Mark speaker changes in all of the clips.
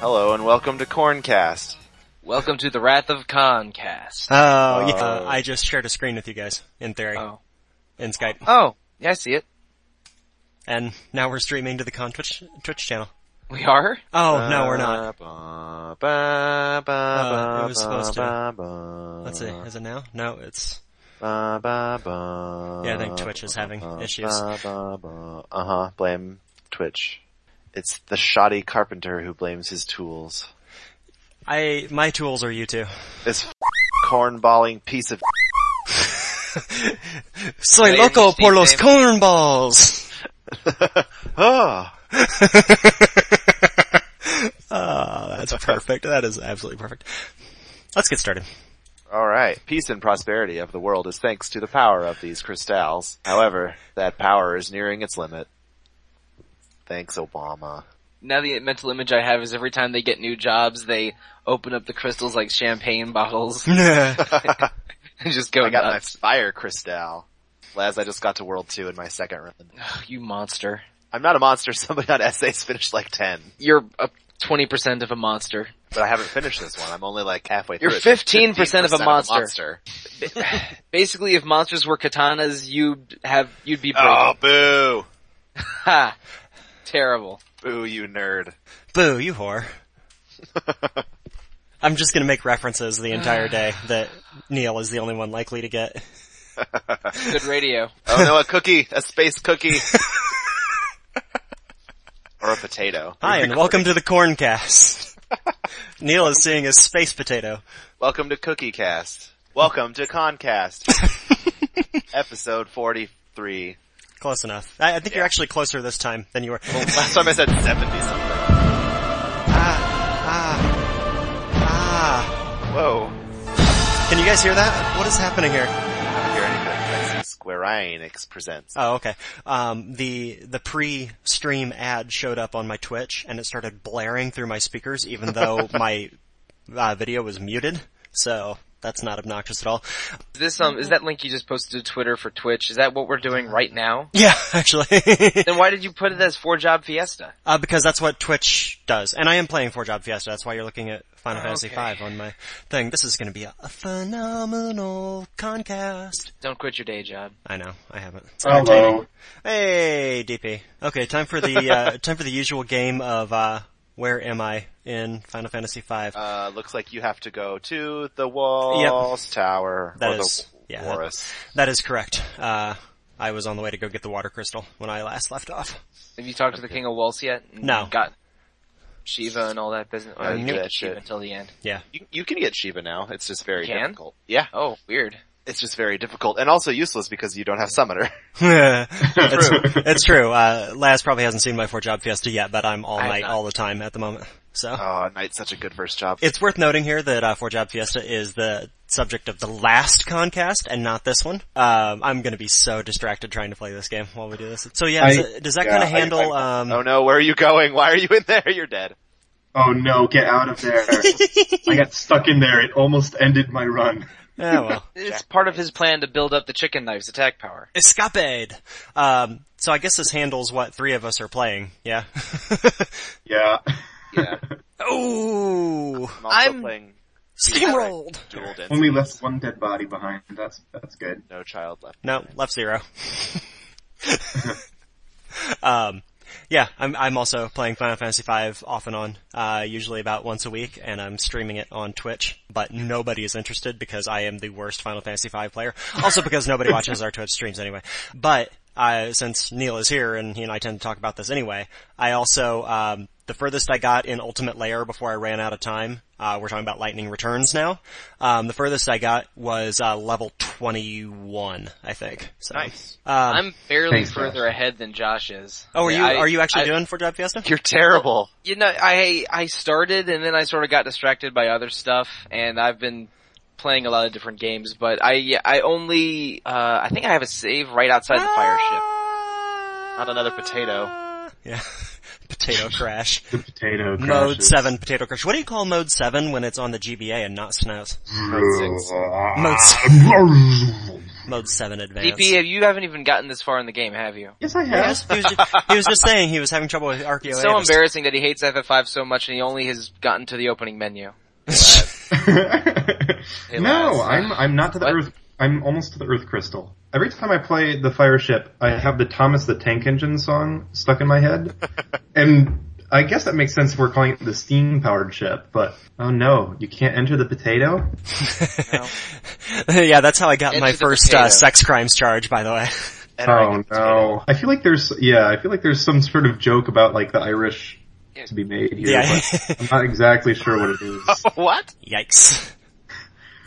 Speaker 1: Hello and welcome to Corncast.
Speaker 2: Welcome to the Wrath of Concast.
Speaker 3: Oh, yeah.
Speaker 1: Oh.
Speaker 3: I just shared a screen with you guys in theory,
Speaker 2: Oh.
Speaker 3: in Skype,
Speaker 2: Oh, yeah, I see it.
Speaker 3: and now we're streaming to the Con Twitch, Twitch channel.
Speaker 2: We are?
Speaker 3: Oh no, we're not.
Speaker 1: Ba, ba, ba,
Speaker 3: Uh,
Speaker 1: ba,
Speaker 3: it was supposed to.
Speaker 1: ba, ba,
Speaker 3: Let's see, is it now? No, it's
Speaker 1: ba, ba, ba,
Speaker 3: yeah. I think Twitch is having
Speaker 1: ba,
Speaker 3: issues.
Speaker 1: ba, ba, ba. Uh-huh, blame Twitch. It's the shoddy carpenter who blames his tools.
Speaker 3: I my tools are you two.
Speaker 1: This f- cornballing piece of
Speaker 3: Soy
Speaker 2: Wait, loco
Speaker 3: loco
Speaker 2: por
Speaker 3: por
Speaker 2: los
Speaker 3: los cornballs.
Speaker 1: Ah.
Speaker 3: Oh, that's perfect. That is absolutely perfect. Let's get started.
Speaker 1: All right. Peace and prosperity of the world is thanks to the power of these crystals. However, that power is nearing its limit. Thanks, Obama.
Speaker 2: Now the mental image I have is every time they get new jobs, they open up the crystals like champagne bottles and just go
Speaker 1: I got my
Speaker 2: nuts.
Speaker 1: fire crystal. Laz, I just got to World 2 in my second run.
Speaker 2: Ugh, you monster.
Speaker 1: I'm not a monster. Somebody on Essays finished like 10.
Speaker 2: You're a 20% of a monster.
Speaker 1: But I haven't finished this one. I'm only like halfway
Speaker 2: You're
Speaker 1: through it.
Speaker 2: 15% of a monster.
Speaker 1: monster.
Speaker 2: Basically, if monsters were katanas, you'd have, you'd be
Speaker 1: Oh,
Speaker 2: broken.
Speaker 1: boo.
Speaker 2: Ha! Terrible.
Speaker 1: Boo, you nerd.
Speaker 3: Boo, you whore. I'm just gonna make references the entire day that Neil is the only one likely to get.
Speaker 2: Good radio.
Speaker 1: Oh no, a cookie. A space cookie. or a potato.
Speaker 3: Hi, and welcome to the Corncast. Neil is seeing a space potato.
Speaker 1: Welcome to Cookie Cast. Welcome to Concast. Episode 43.
Speaker 3: Close enough. I, I think you're actually closer this time than you were.
Speaker 1: Last time I said 70 something.
Speaker 3: ah,
Speaker 1: Whoa.
Speaker 3: can you guys hear that? What is happening
Speaker 1: I
Speaker 3: here?
Speaker 1: don't hear anything. That's Square Enix presents.
Speaker 3: Oh, okay. Um, the the pre-stream ad showed up on my Twitch, and it started blaring through my speakers, even though my uh, video was muted. So that's not obnoxious at all.
Speaker 2: Is this, um, is that link you just posted to Twitter for Twitch, is that what we're doing right now?
Speaker 3: Yeah, actually,
Speaker 2: Then why did you put it as Four Job Fiesta?
Speaker 3: uh, because that's what Twitch does, and I am playing Four Job Fiesta. That's why you're looking at Final Fantasy
Speaker 2: Okay.
Speaker 3: V on my thing. This is going to be a, a phenomenal concast.
Speaker 2: Don't quit your day job.
Speaker 3: I know, I haven't.
Speaker 4: Hello.
Speaker 3: Hey, DP. Okay, time for the uh, time for the usual game of uh, where am I in Final Fantasy V?
Speaker 1: Uh, looks like you have to go to the Walls Tower.
Speaker 3: That
Speaker 1: or the
Speaker 3: is- yeah, that-
Speaker 1: Walrus.
Speaker 3: That is correct. Uh, I was on the way to go get the water crystal when I last left off.
Speaker 2: Have you talked to the King of Waltz yet? And
Speaker 3: No.
Speaker 2: Got Shiva and all that business. Oh, you
Speaker 1: knew
Speaker 2: get
Speaker 1: that
Speaker 2: Shiva
Speaker 1: shit.
Speaker 2: until the end.
Speaker 3: Yeah.
Speaker 1: You, you can get Shiva now. It's just very
Speaker 2: You can?
Speaker 1: difficult. Yeah.
Speaker 2: Oh, weird.
Speaker 1: It's just very difficult and also useless because you don't have Summoner.
Speaker 3: it's true. It's true. Uh, Laz probably hasn't seen my four job fiesta yet, but I'm all
Speaker 2: I have
Speaker 3: night,
Speaker 2: not.
Speaker 3: all the time at the moment. So.
Speaker 1: oh, Knight's such a good first job.
Speaker 3: It's worth noting here that uh, Four Job Fiesta is the subject of the last Concast and not this one. Um, I'm going to be so distracted trying to play this game while we do this. So yeah,
Speaker 4: I-
Speaker 3: does, it- does that
Speaker 4: yeah,
Speaker 3: kind
Speaker 4: I-
Speaker 3: of handle?
Speaker 4: I-
Speaker 3: um,
Speaker 1: oh no, where are you going? Why are you in there? You're dead.
Speaker 4: Oh no, get out of there. I got stuck in there. It almost ended my run.
Speaker 3: yeah, well,
Speaker 2: It's part of his plan to build up the chicken knife's attack power.
Speaker 3: escapade. Um, so I guess this handles what three of us are playing. Yeah.
Speaker 4: Yeah.
Speaker 1: Yeah.
Speaker 3: oh,
Speaker 1: I'm also
Speaker 2: I'm-
Speaker 1: playing
Speaker 3: steamrolled.
Speaker 1: dual density.
Speaker 4: Only left one dead body behind. That's that's good.
Speaker 1: No child left.
Speaker 3: No, left zero. um, yeah, I'm I'm also playing Final Fantasy V off and on, uh, usually about once a week, and I'm streaming it on Twitch. But nobody is interested because I am the worst Final Fantasy V player. Also because nobody watches our Twitch streams anyway. But uh, since Neil is here and he and I tend to talk about this anyway, I also um, the furthest I got in Ultimate Layer before I ran out of time. Uh, we're talking about Lightning Returns now. Um, the furthest I got was uh, level 21, I think. So,
Speaker 1: Nice.
Speaker 3: Um,
Speaker 2: I'm barely
Speaker 4: Thanks,
Speaker 2: further ahead than Josh is.
Speaker 3: Oh, are
Speaker 2: Yeah,
Speaker 3: you
Speaker 2: I-
Speaker 3: are you actually
Speaker 2: I-
Speaker 3: doing for Job Fiesta?
Speaker 1: You're terrible.
Speaker 2: You know, I I started and then I sort of got distracted by other stuff, and I've been playing a lot of different games. But I I only uh I think I have a
Speaker 3: Ah!
Speaker 2: save right outside the fire ship.
Speaker 1: Not another potato.
Speaker 3: Yeah, Potato Crash.
Speaker 4: The potato crashes.
Speaker 3: Mode 7 Potato Crash. What do you call Mode 7 when it's on the GBA and not SNES? Mode, s- mode 7 Advanced.
Speaker 2: DP, you haven't even gotten this far in the game, have you?
Speaker 4: yes, I
Speaker 3: He
Speaker 4: have.
Speaker 3: was, he was just, he was just saying he was having trouble with Archaeo
Speaker 2: It's so embarrassing that he hates FF5 so much and he only has gotten to the opening menu.
Speaker 4: no, I'm I'm not to the
Speaker 2: What?
Speaker 4: Earth. I'm almost to the Earth Crystal. Every time I play the Fire Ship, I have the Thomas the Tank Engine song stuck in my head, and I guess that makes sense if we're calling it the steam powered ship. But oh no, you can't enter the potato.
Speaker 3: yeah, that's how I got my
Speaker 2: Into the
Speaker 3: first uh,
Speaker 2: potato.
Speaker 3: sex crimes charge, by the way.
Speaker 4: Oh no! I feel like there's yeah, I feel like there's some sort of joke about like the Irish to be made here.
Speaker 3: Yeah.
Speaker 4: but I'm not exactly sure what it is.
Speaker 1: what?
Speaker 3: Yikes.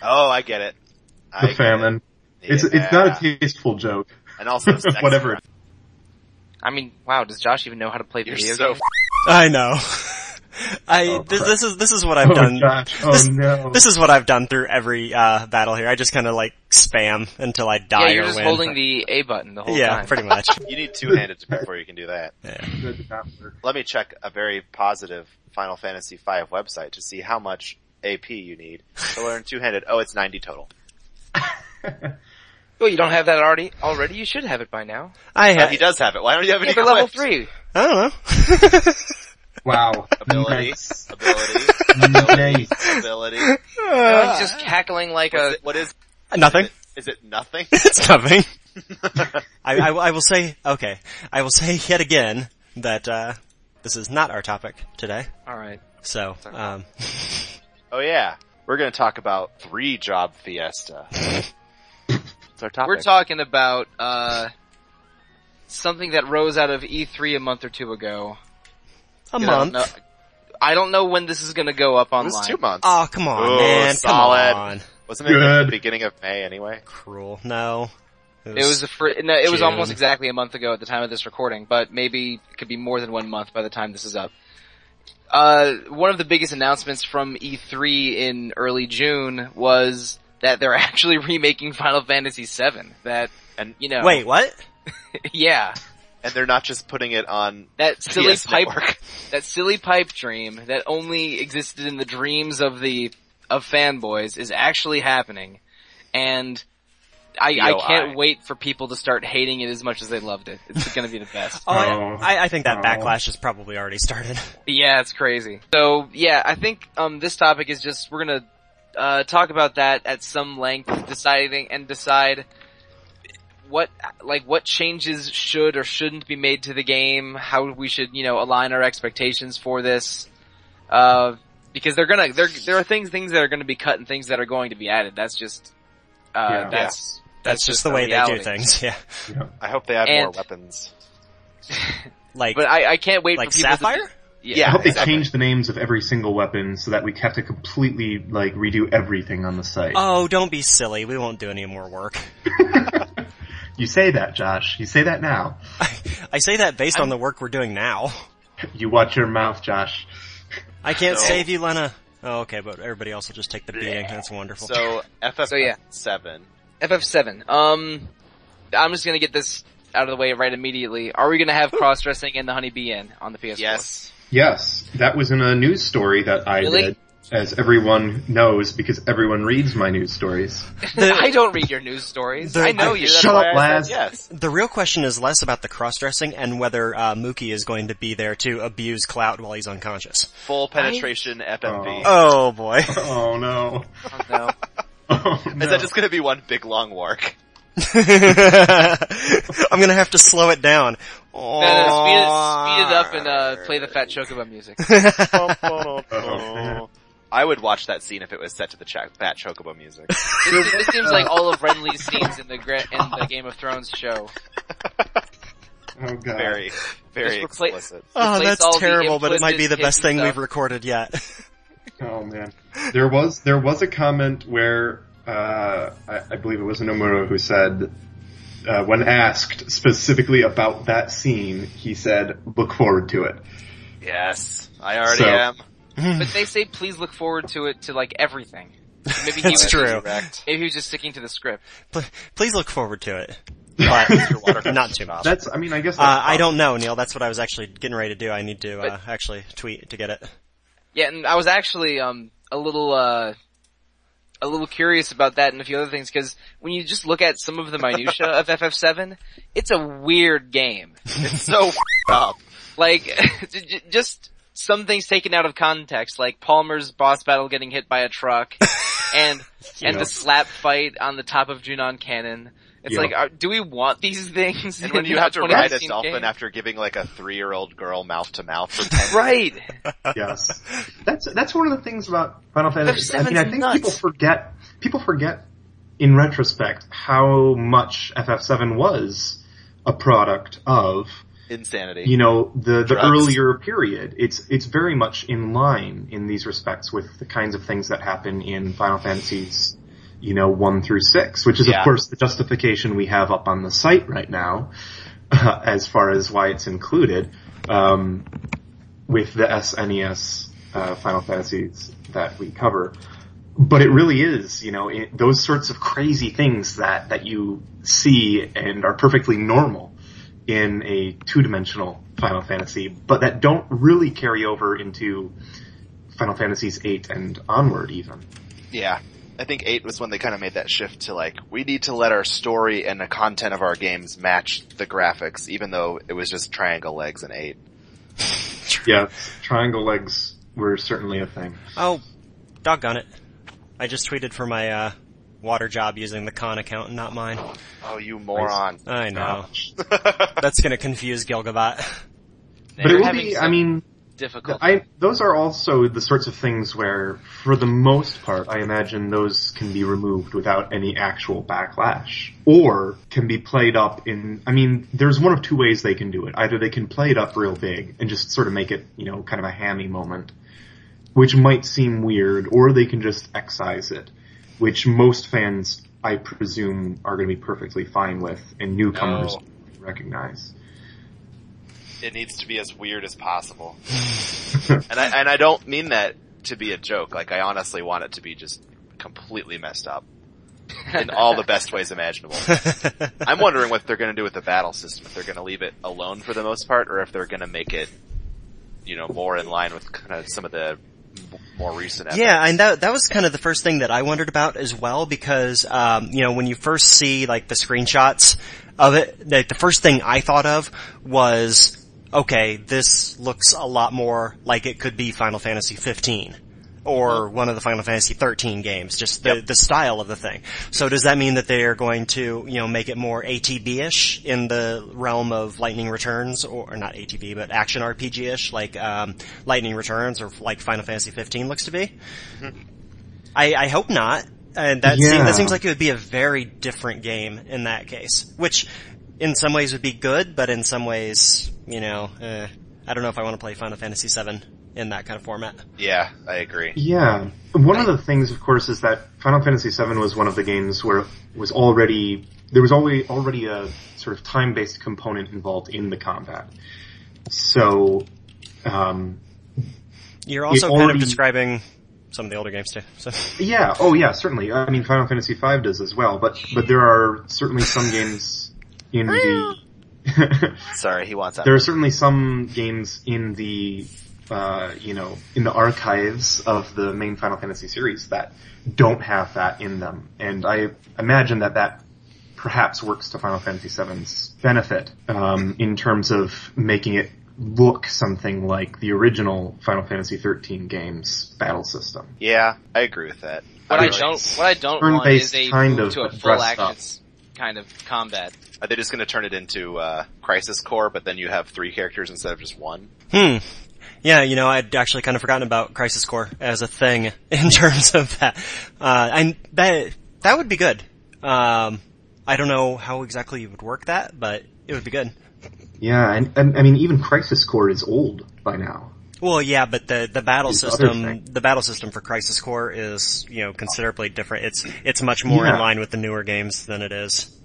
Speaker 1: Oh, I get it. I
Speaker 4: The
Speaker 1: get
Speaker 4: famine.
Speaker 1: it.
Speaker 4: It's it's not a tasteful joke.
Speaker 1: and also sex
Speaker 4: Whatever.
Speaker 1: crime.
Speaker 2: I mean, wow, does Josh even know how to play
Speaker 1: You're
Speaker 2: video
Speaker 1: so
Speaker 2: games?
Speaker 3: I know. I
Speaker 4: Oh,
Speaker 3: this,
Speaker 4: crap.
Speaker 3: this is this is what I've
Speaker 4: Oh
Speaker 3: done.
Speaker 4: gosh! Oh
Speaker 3: this,
Speaker 4: no!
Speaker 3: this is what I've done through every uh, battle here. I just kind of like spam until I die
Speaker 2: Yeah, you're
Speaker 3: or
Speaker 2: just
Speaker 3: win.
Speaker 2: holding the A button the whole
Speaker 3: yeah,
Speaker 2: time.
Speaker 3: pretty much.
Speaker 1: You need two-handed before you can do that.
Speaker 4: That did not work.
Speaker 1: Let me check a very positive Final Fantasy V website to see how much AP you need to learn two-handed. Oh, it's 90 total.
Speaker 2: Well, you don't have that already? Already, you should have it by now.
Speaker 3: I
Speaker 1: Oh,
Speaker 3: ha-
Speaker 1: he does have it. Why don't you have any
Speaker 2: You're level
Speaker 1: equipped?
Speaker 2: three.
Speaker 3: I don't know.
Speaker 4: Wow.
Speaker 1: Ability.
Speaker 4: Nice.
Speaker 1: Ability.
Speaker 4: Nice.
Speaker 1: Ability.
Speaker 2: No, he's just cackling like
Speaker 1: What's
Speaker 2: a.
Speaker 1: it- what is,
Speaker 3: nothing.
Speaker 1: is it nothing?
Speaker 3: It's nothing. I, I, I will say okay. I will say yet again that uh, this is not our topic today.
Speaker 2: All right.
Speaker 3: So um,
Speaker 1: Oh yeah. We're gonna talk about three job fiesta. it's our topic.
Speaker 2: We're talking about uh something that rose out of E3 a month or two ago.
Speaker 3: a
Speaker 2: You know,
Speaker 3: month.
Speaker 2: no- I don't know when this is going to go up
Speaker 1: It was
Speaker 2: online.
Speaker 1: two months.
Speaker 3: Oh come on,
Speaker 1: Ooh,
Speaker 3: man!
Speaker 1: solid.
Speaker 3: Come on.
Speaker 1: Wasn't it at
Speaker 4: Good.
Speaker 1: the beginning of May anyway?
Speaker 3: Cruel. No.
Speaker 2: It was the fr- no, it was
Speaker 3: June.
Speaker 2: almost exactly a month ago at the time of this recording, but maybe it could be more than one month by the time this is up. Uh, one of the biggest announcements from E3 in early June was that they're actually remaking Final Fantasy VII. That
Speaker 1: And-
Speaker 2: you know,
Speaker 3: Wait, what?
Speaker 2: yeah,
Speaker 1: And they're not just putting it on
Speaker 2: that silly
Speaker 1: PS
Speaker 2: pipe,
Speaker 1: Network.
Speaker 2: that silly pipe dream that only existed in the dreams of the of fanboys is actually happening, and I, I
Speaker 1: DOI.
Speaker 2: can't wait for people to start hating it as much as they loved it. It's going to be the best.
Speaker 3: Oh,
Speaker 4: Oh.
Speaker 3: I, I- I think that
Speaker 4: Oh.
Speaker 3: backlash has probably already started.
Speaker 2: Yeah, it's crazy. So yeah, I think um this topic is just we're gonna uh talk about that at some length, deciding and decide what like what changes should or shouldn't be made to the game, how we should you know align our expectations for this, uh because they're gonna there there are things things that are gonna be cut and things that are going to be added. That's just uh
Speaker 4: Yeah.
Speaker 2: that's.
Speaker 3: That's just the way they do
Speaker 2: reality.
Speaker 3: things. Yeah,
Speaker 1: I hope they have more
Speaker 2: And-
Speaker 1: weapons.
Speaker 3: like
Speaker 2: But I, I can't wait
Speaker 3: like
Speaker 2: for people
Speaker 3: sapphire.
Speaker 2: to
Speaker 1: Yeah,
Speaker 4: I hope they
Speaker 1: exactly.
Speaker 4: change the names of every single weapon so that we have to completely like redo everything on the site.
Speaker 3: Oh, don't be silly. We won't do any more work.
Speaker 4: you say that, Josh. You say that now.
Speaker 3: I say that based on the work we're doing now.
Speaker 4: You watch your mouth, Josh.
Speaker 3: I can't
Speaker 1: So-
Speaker 3: save you, Lena. Oh, okay, but everybody else will just take the beating. That's wonderful.
Speaker 1: So FF
Speaker 2: So, yeah.
Speaker 1: seven.
Speaker 2: FF7. Um, I'm just gonna get this out of the way right immediately. Are we gonna have cross dressing and the honeybee in on the PS4?
Speaker 1: Yes.
Speaker 4: Yes, that was in a news story that I
Speaker 2: Really?
Speaker 4: did, as everyone knows because everyone reads my news stories.
Speaker 2: I
Speaker 3: the,
Speaker 2: don't read your news stories.
Speaker 3: The-
Speaker 2: I know
Speaker 3: I-
Speaker 2: you.
Speaker 4: Shut
Speaker 1: Why
Speaker 4: up,
Speaker 1: I said
Speaker 4: Laz.
Speaker 1: yes.
Speaker 3: the real question is less about the cross-dressing and whether uh, Mookie is going to be there to abuse Clout while he's unconscious.
Speaker 1: Full penetration FMV.
Speaker 3: Oh boy.
Speaker 4: Oh no.
Speaker 2: Oh, no.
Speaker 4: Oh, no.
Speaker 1: Is that just gonna be one big long wark?
Speaker 3: I'm gonna have to slow it down.
Speaker 2: No, no, no, speed, it, speed it up and uh, play the Fat Chocobo music.
Speaker 1: Oh,
Speaker 4: Uh-oh.
Speaker 1: I would watch that scene if it was set to the ch- Fat Chocobo music.
Speaker 2: This, this seems like all of Renly's scenes in the gra- in the Game of Thrones show.
Speaker 4: Oh god.
Speaker 1: Very, very
Speaker 2: Just replace-
Speaker 1: explicit.
Speaker 3: Oh,
Speaker 2: Replace
Speaker 3: that's
Speaker 2: all the
Speaker 3: terrible, but it might be
Speaker 2: implicit
Speaker 3: the best
Speaker 2: hidden
Speaker 3: thing we've
Speaker 2: stuff.
Speaker 3: recorded yet.
Speaker 4: Oh man, there was there was a comment where uh, I, I believe it was Nomura who said, uh, when asked specifically about that scene, he said, "Look forward to it."
Speaker 1: Yes, I already
Speaker 4: So-
Speaker 1: am.
Speaker 2: But they say please look forward to it to like everything. Maybe he
Speaker 3: That's
Speaker 2: was
Speaker 3: true.
Speaker 1: Correct.
Speaker 2: Maybe he was just sticking to the script.
Speaker 3: Pl- Please look forward to it. but
Speaker 1: Your water
Speaker 3: not too much. Uh,
Speaker 4: That's, I mean, I guess that's
Speaker 3: I don't know, Neil. That's what I was actually getting ready to do. I need to uh, actually tweet to get it.
Speaker 2: Yeah, and I was actually um a little uh a little curious about that and a few other things because when you just look at some of the minutia of FF7, it's a weird game. It's so f- up. Like j- j- just some things taken out of context, like Palmer's boss battle getting hit by a truck, and and
Speaker 4: Yeah.
Speaker 2: the slap fight on the top of Junon Cannon. It's
Speaker 4: Yeah.
Speaker 2: like, are, do we want these things?
Speaker 1: And when
Speaker 2: in
Speaker 1: you have to ride a
Speaker 2: 2015
Speaker 1: dolphin
Speaker 2: game?
Speaker 1: after giving like a three-year-old girl mouth to mouth for 10
Speaker 2: right?
Speaker 4: yes. That's that's one of the things about Final Fantasy. I
Speaker 2: seven's
Speaker 4: mean, I think
Speaker 2: nuts.
Speaker 4: people forget people forget in retrospect how much FF7 was a product of
Speaker 1: insanity.
Speaker 4: you know the the
Speaker 1: Drugs.
Speaker 4: earlier period. It's it's very much in line in these respects with the kinds of things that happen in Final Fantasies. You know, one through six, which is
Speaker 1: Yeah.
Speaker 4: of course the justification we have up on the site right now, as far as why it's included. Um, with the SNES uh, Final Fantasies that we cover. But it really is, you know, it, those sorts of crazy things that that you see and are perfectly normal in a two-dimensional Final Fantasy, but that don't really carry over into Final Fantasies 8 and onward even.
Speaker 1: Yeah. I think eight was when they kind of made that shift to like, we need to let our story and the content of our games match the graphics, even though it was just triangle legs in eight.
Speaker 4: Yeah, triangle legs were certainly a thing.
Speaker 3: Oh, doggone it! I just tweeted for my uh, water job using the con account and not mine.
Speaker 1: Oh, you moron.
Speaker 3: I know
Speaker 4: Ouch.
Speaker 3: that's gonna confuse Gilgavat.
Speaker 4: But
Speaker 2: They're
Speaker 4: it will
Speaker 2: having
Speaker 4: be,
Speaker 2: some
Speaker 4: I mean,
Speaker 2: difficult.
Speaker 4: I, those are also the sorts of things where, for the most part, I imagine those can be removed without any actual backlash. Or can be played up in, I mean, there's one of two ways they can do it. Either they can play it up real big and just sort of make it, you know, kind of a hammy moment, which might seem weird, or they can just excise it, which most fans, I presume, are going to be perfectly fine with, and newcomers recognize.
Speaker 1: It needs to be as weird as possible. and I, and I don't mean that to be a joke. Like I honestly want it to be just completely messed up. In all the best ways imaginable. I'm wondering what they're gonna do with the battle system. If they're gonna leave it alone for the most part, or if they're gonna make it, you know, more in line with kind of some of the m- more recent episodes.
Speaker 3: Yeah, and that that was kind of the first thing that I wondered about as well because um, you know when you first see like the screenshots of it, like the first thing I thought of was okay, this looks a lot more like it could be Final Fantasy 15 or one of the Final Fantasy 13 games, just the the style of the thing. So does that mean that they are going to you know make it more ATB-ish in the realm of Lightning Returns or, or not ATB but action RPG-ish like um, Lightning Returns or like Final Fantasy 15 looks to be? I, I hope not. And that, seem,
Speaker 4: Yeah.
Speaker 3: that seems like it would be a very different game in that case, which in some ways would be good, but in some ways, you know, uh, I don't know if I want to play Final Fantasy VII in that kind of format.
Speaker 1: Yeah, I agree.
Speaker 4: Yeah. One of the things, of course, is that Final Fantasy VII was one of the games where it was already, there was already, already a sort of time-based component involved in the combat. So, um,
Speaker 3: You're also kind of
Speaker 4: already-
Speaker 3: describing some of the older games too. So
Speaker 4: yeah, oh yeah, certainly. I mean, Final Fantasy V does as well, but, but there are certainly some games in the,
Speaker 1: Sorry, he wants out.
Speaker 4: there are certainly some games in the uh, you know in the archives of the main Final Fantasy series that don't have that in them, and I imagine that that perhaps works to Final Fantasy VII's benefit um, in terms of making it look something like the original Final Fantasy XIII game's battle system.
Speaker 1: yeah, I agree with that.
Speaker 2: What I
Speaker 1: really-
Speaker 2: don't, what I don't want
Speaker 4: Turn-based
Speaker 2: is a
Speaker 4: kind
Speaker 2: move
Speaker 4: of,
Speaker 2: to a
Speaker 4: but
Speaker 2: full
Speaker 4: dressed up.
Speaker 2: action s- kind of combat.
Speaker 1: Are they just going to turn it into uh, Crisis Core, but then you have three characters instead of just one?
Speaker 3: Hmm. Yeah, you know, I'd actually kind of forgotten about Crisis Core as a thing in terms of that. Uh, and that, that would be good. Um, I don't know how exactly you would work that, but it would be good.
Speaker 4: Yeah, and, and I mean even Crisis Core is old by now.
Speaker 3: Well, yeah, but the the battle
Speaker 4: It's other
Speaker 3: system,
Speaker 4: thing.
Speaker 3: the battle system for Crisis Core is you know considerably different. It's it's much more in
Speaker 4: Yeah.
Speaker 3: line with the newer games than it is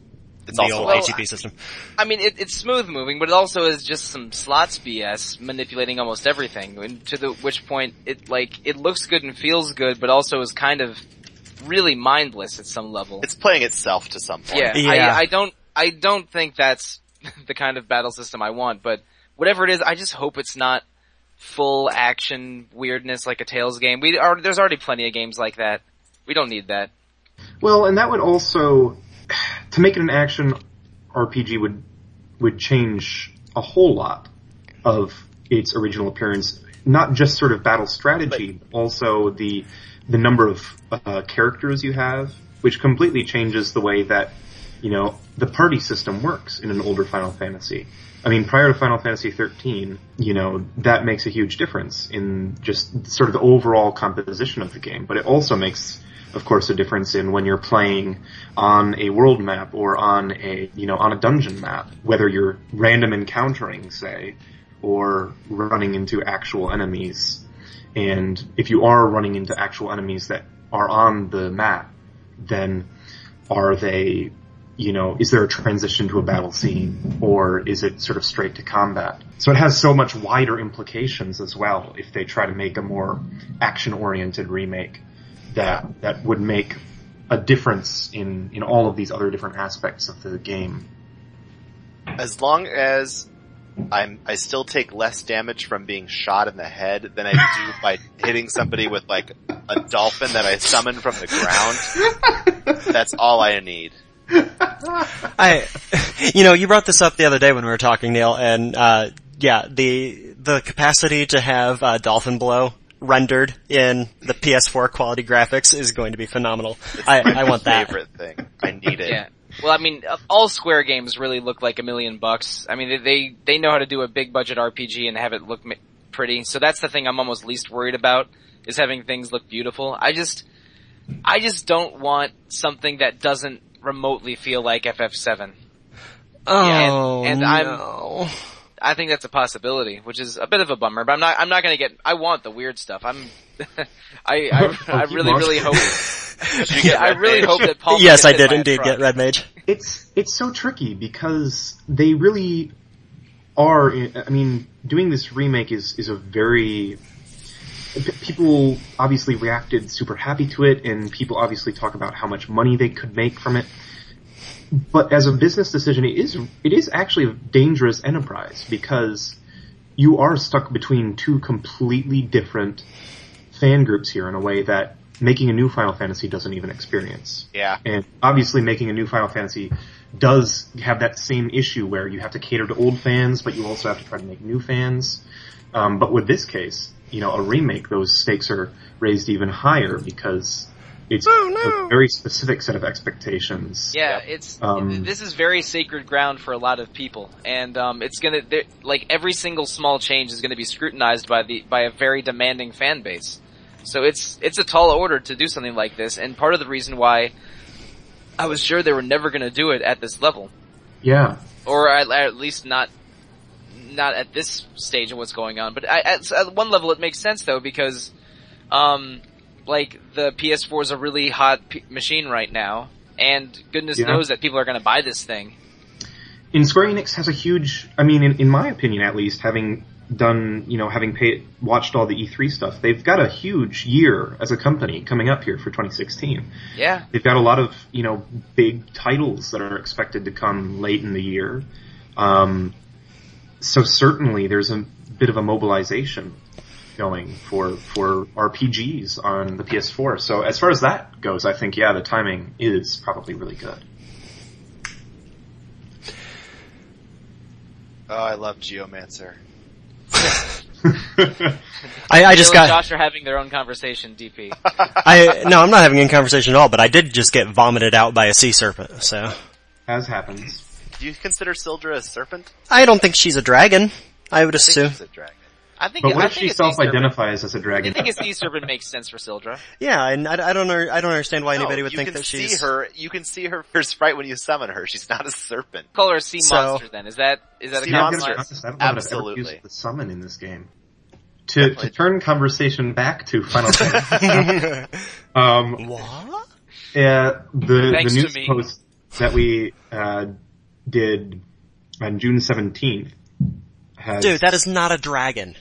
Speaker 1: It's
Speaker 3: the
Speaker 1: also
Speaker 3: old
Speaker 1: like,
Speaker 3: ATP system.
Speaker 2: I mean, it, it's smooth moving, but it also is just some slots BS manipulating almost everything. And to the which point, it like it looks good and feels good, but also is kind of really mindless at some level.
Speaker 1: it's playing itself to some point.
Speaker 2: yeah,
Speaker 3: Yeah.
Speaker 2: I, I don't. I don't think that's the kind of battle system I want, but whatever it is, I just hope it's not full action weirdness like a Tails game. We are, there's already plenty of games like that. We don't need that.
Speaker 4: Well, and that would also to make it an action RPG would would change a whole lot of its original appearance. Not just sort of battle strategy, but also the the number of uh, characters you have, which completely changes the way that you know the party system works in an older Final Fantasy. I mean, prior to Final Fantasy 13, you know that makes a huge difference in just sort of the overall composition of the game, but it also makes of course, a difference in when you're playing on a world map or on a, you know, on a dungeon map, whether you're random encountering, say, or running into actual enemies. And if you are running into actual enemies that are on the map, then are they, you know, is there a transition to a battle scene or is it sort of straight to combat? So it has so much wider implications as well if they try to make a more action oriented remake that that would make a difference in in all of these other different aspects of the game.
Speaker 1: As long as I'm, I still take less damage from being shot in the head than I do by hitting somebody with like a dolphin that I summon from the ground. That's all I need.
Speaker 3: I, you know, you brought this up the other day when we were talking, Neil, and uh, yeah, the the capacity to have uh, dolphin blow rendered in the PS4 quality graphics is going to be phenomenal. I, I want that.
Speaker 1: Favorite thing. I need it.
Speaker 2: Yeah. Well, I mean, uh, all Square games really look like a million bucks. I mean, they- they they know how to do a big budget RPG and have it look ma- pretty. So that's the thing I'm almost least worried about is having things look beautiful. I just I just don't want something that doesn't remotely feel like FF7.
Speaker 3: Oh,
Speaker 2: and I'm-
Speaker 3: no.
Speaker 2: I think that's a possibility, which is a bit of a bummer. But I'm not I'm not gonna get. I want the weird stuff. I'm. I I, I
Speaker 4: you
Speaker 2: really
Speaker 4: want-
Speaker 2: really hope.
Speaker 1: you get
Speaker 2: I
Speaker 1: red
Speaker 2: really
Speaker 1: mage?
Speaker 2: hope that Paul.
Speaker 3: yes,
Speaker 2: gets
Speaker 3: I
Speaker 2: hit
Speaker 3: did
Speaker 2: by a
Speaker 3: indeed
Speaker 2: truck.
Speaker 3: get Red Mage.
Speaker 4: It's it's so tricky because they really are. I mean, doing this remake is is a very p- people obviously reacted super happy to it, and people obviously talk about how much money they could make from it. But as a business decision, it is it is actually a dangerous enterprise because you are stuck between two completely different fan groups here in a way that making a new Final Fantasy doesn't even experience.
Speaker 1: Yeah.
Speaker 4: And obviously making a new Final Fantasy does have that same issue where you have to cater to old fans, but you also have to try to make new fans. Um, but with this case, you know, a remake, those stakes are raised even higher because it's a very specific set of expectations.
Speaker 2: Yeah, it's
Speaker 4: Um,
Speaker 2: this is very sacred ground for a lot of people, and um, it's gonna there- like every single small change is gonna be scrutinized by the by a very demanding fan base. So it's it's a tall order to do something like this, and part of the reason why I was sure they were never gonna do it at this level,
Speaker 4: Yeah.
Speaker 2: or at, at least not not at this stage of what's going on. But I, at, at one level, it makes sense though because, um, like the PS4 is a really hot p- machine right now, and goodness
Speaker 4: Yeah.
Speaker 2: knows that people are going to buy this thing.
Speaker 4: and Square Enix has a huge. I mean, in, in my opinion, at least, having done, you know, having paid, watched all the E3 stuff, they've got a huge year as a company coming up here for 2016.
Speaker 2: Yeah,
Speaker 4: They've got a lot of, you know, big titles that are expected to come late in the year. Um, so certainly, there's a bit of a mobilization going for for RPGs on the PS4. So as far as that goes, I think yeah, the timing is probably really good.
Speaker 1: Oh, I love Geomancer.
Speaker 3: I, I just
Speaker 2: Bill and
Speaker 3: got.
Speaker 2: Josh are having their own conversation. DP.
Speaker 3: I no, I'm not having any conversation at all. But I did just get vomited out by a sea serpent. So
Speaker 4: As happens.
Speaker 1: Do you consider Sildra a serpent?
Speaker 3: I don't think she's a dragon. I would
Speaker 1: I think
Speaker 3: assume.
Speaker 1: she's a dragon.
Speaker 2: I think.
Speaker 4: But what
Speaker 2: I
Speaker 4: if
Speaker 2: think
Speaker 4: she
Speaker 2: it's these serpent-
Speaker 4: self-identifies as a
Speaker 2: I
Speaker 4: dragon?
Speaker 2: think it's the serpent makes sense for Sildra.
Speaker 3: Yeah, and I, I don't know. I don't understand why
Speaker 1: No,
Speaker 3: anybody would
Speaker 1: you
Speaker 3: think
Speaker 1: can
Speaker 3: that
Speaker 1: see
Speaker 3: she's.
Speaker 1: her. You can see her first sprite when you summon her. She's not a serpent.
Speaker 2: Call her a sea
Speaker 3: So-
Speaker 2: monster. Then is that is that a
Speaker 1: Sea
Speaker 4: Yeah, I'm
Speaker 2: common
Speaker 1: monster.
Speaker 4: gonna be
Speaker 2: line?
Speaker 4: honest, I don't know that I've ever
Speaker 1: Absolutely.
Speaker 4: used the summon in this game. To, to turn conversation back to Final Fantasy, um,
Speaker 3: What?
Speaker 4: uh, the, the
Speaker 2: Thanks to
Speaker 4: news
Speaker 2: me.
Speaker 4: post that we uh, did on June 17th has...
Speaker 3: Dude, that is not a dragon.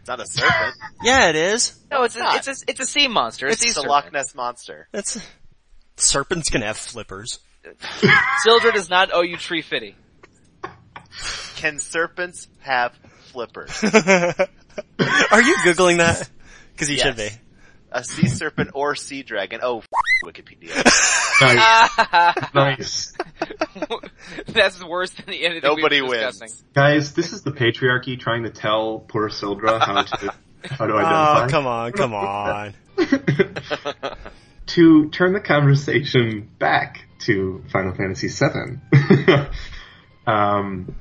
Speaker 1: It's not a serpent.
Speaker 3: Yeah, it is.
Speaker 2: No, it's a,
Speaker 1: not.
Speaker 2: it's a it's a sea monster. a sea
Speaker 1: It's a
Speaker 2: serpent.
Speaker 1: Loch Ness monster.
Speaker 3: That's serpents can have flippers.
Speaker 2: Sildra does not owe you Tree Fitty.
Speaker 1: Can serpents have flippers?
Speaker 3: Are you googling that? Because you
Speaker 1: Yes.
Speaker 3: should be.
Speaker 1: A sea serpent or sea dragon? Oh, f- Wikipedia.
Speaker 4: Nice.
Speaker 2: Ah! That's
Speaker 4: nice.
Speaker 2: worse than the anything
Speaker 1: Nobody
Speaker 2: we were
Speaker 1: wins.
Speaker 2: discussing.
Speaker 4: Guys, this is the patriarchy trying to tell poor Sildra how to how to identify.
Speaker 3: Oh, come on, come on.
Speaker 4: to turn the conversation back to Final Fantasy VII, um,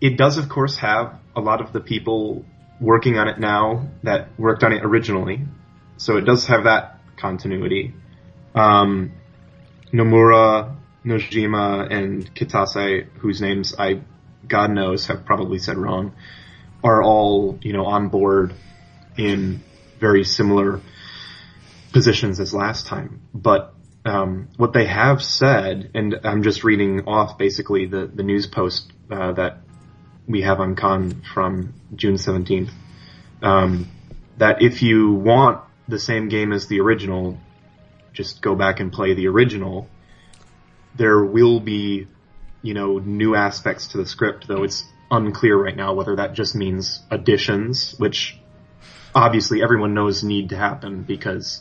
Speaker 4: it does, of course, have a lot of the people working on it now that worked on it originally. So it does have that continuity. Um, Nomura, Nojima, and Kitase, whose names I, God knows, have probably said wrong, are all, you know, on board in very similar positions as last time. But um, what they have said, and I'm just reading off basically the, the news post uh, that we have on Con from June 17th, um, that if you want the same game as the original, just go back and play the original. There will be, you know, new aspects to the script, though it's unclear right now whether that just means additions, which obviously everyone knows need to happen because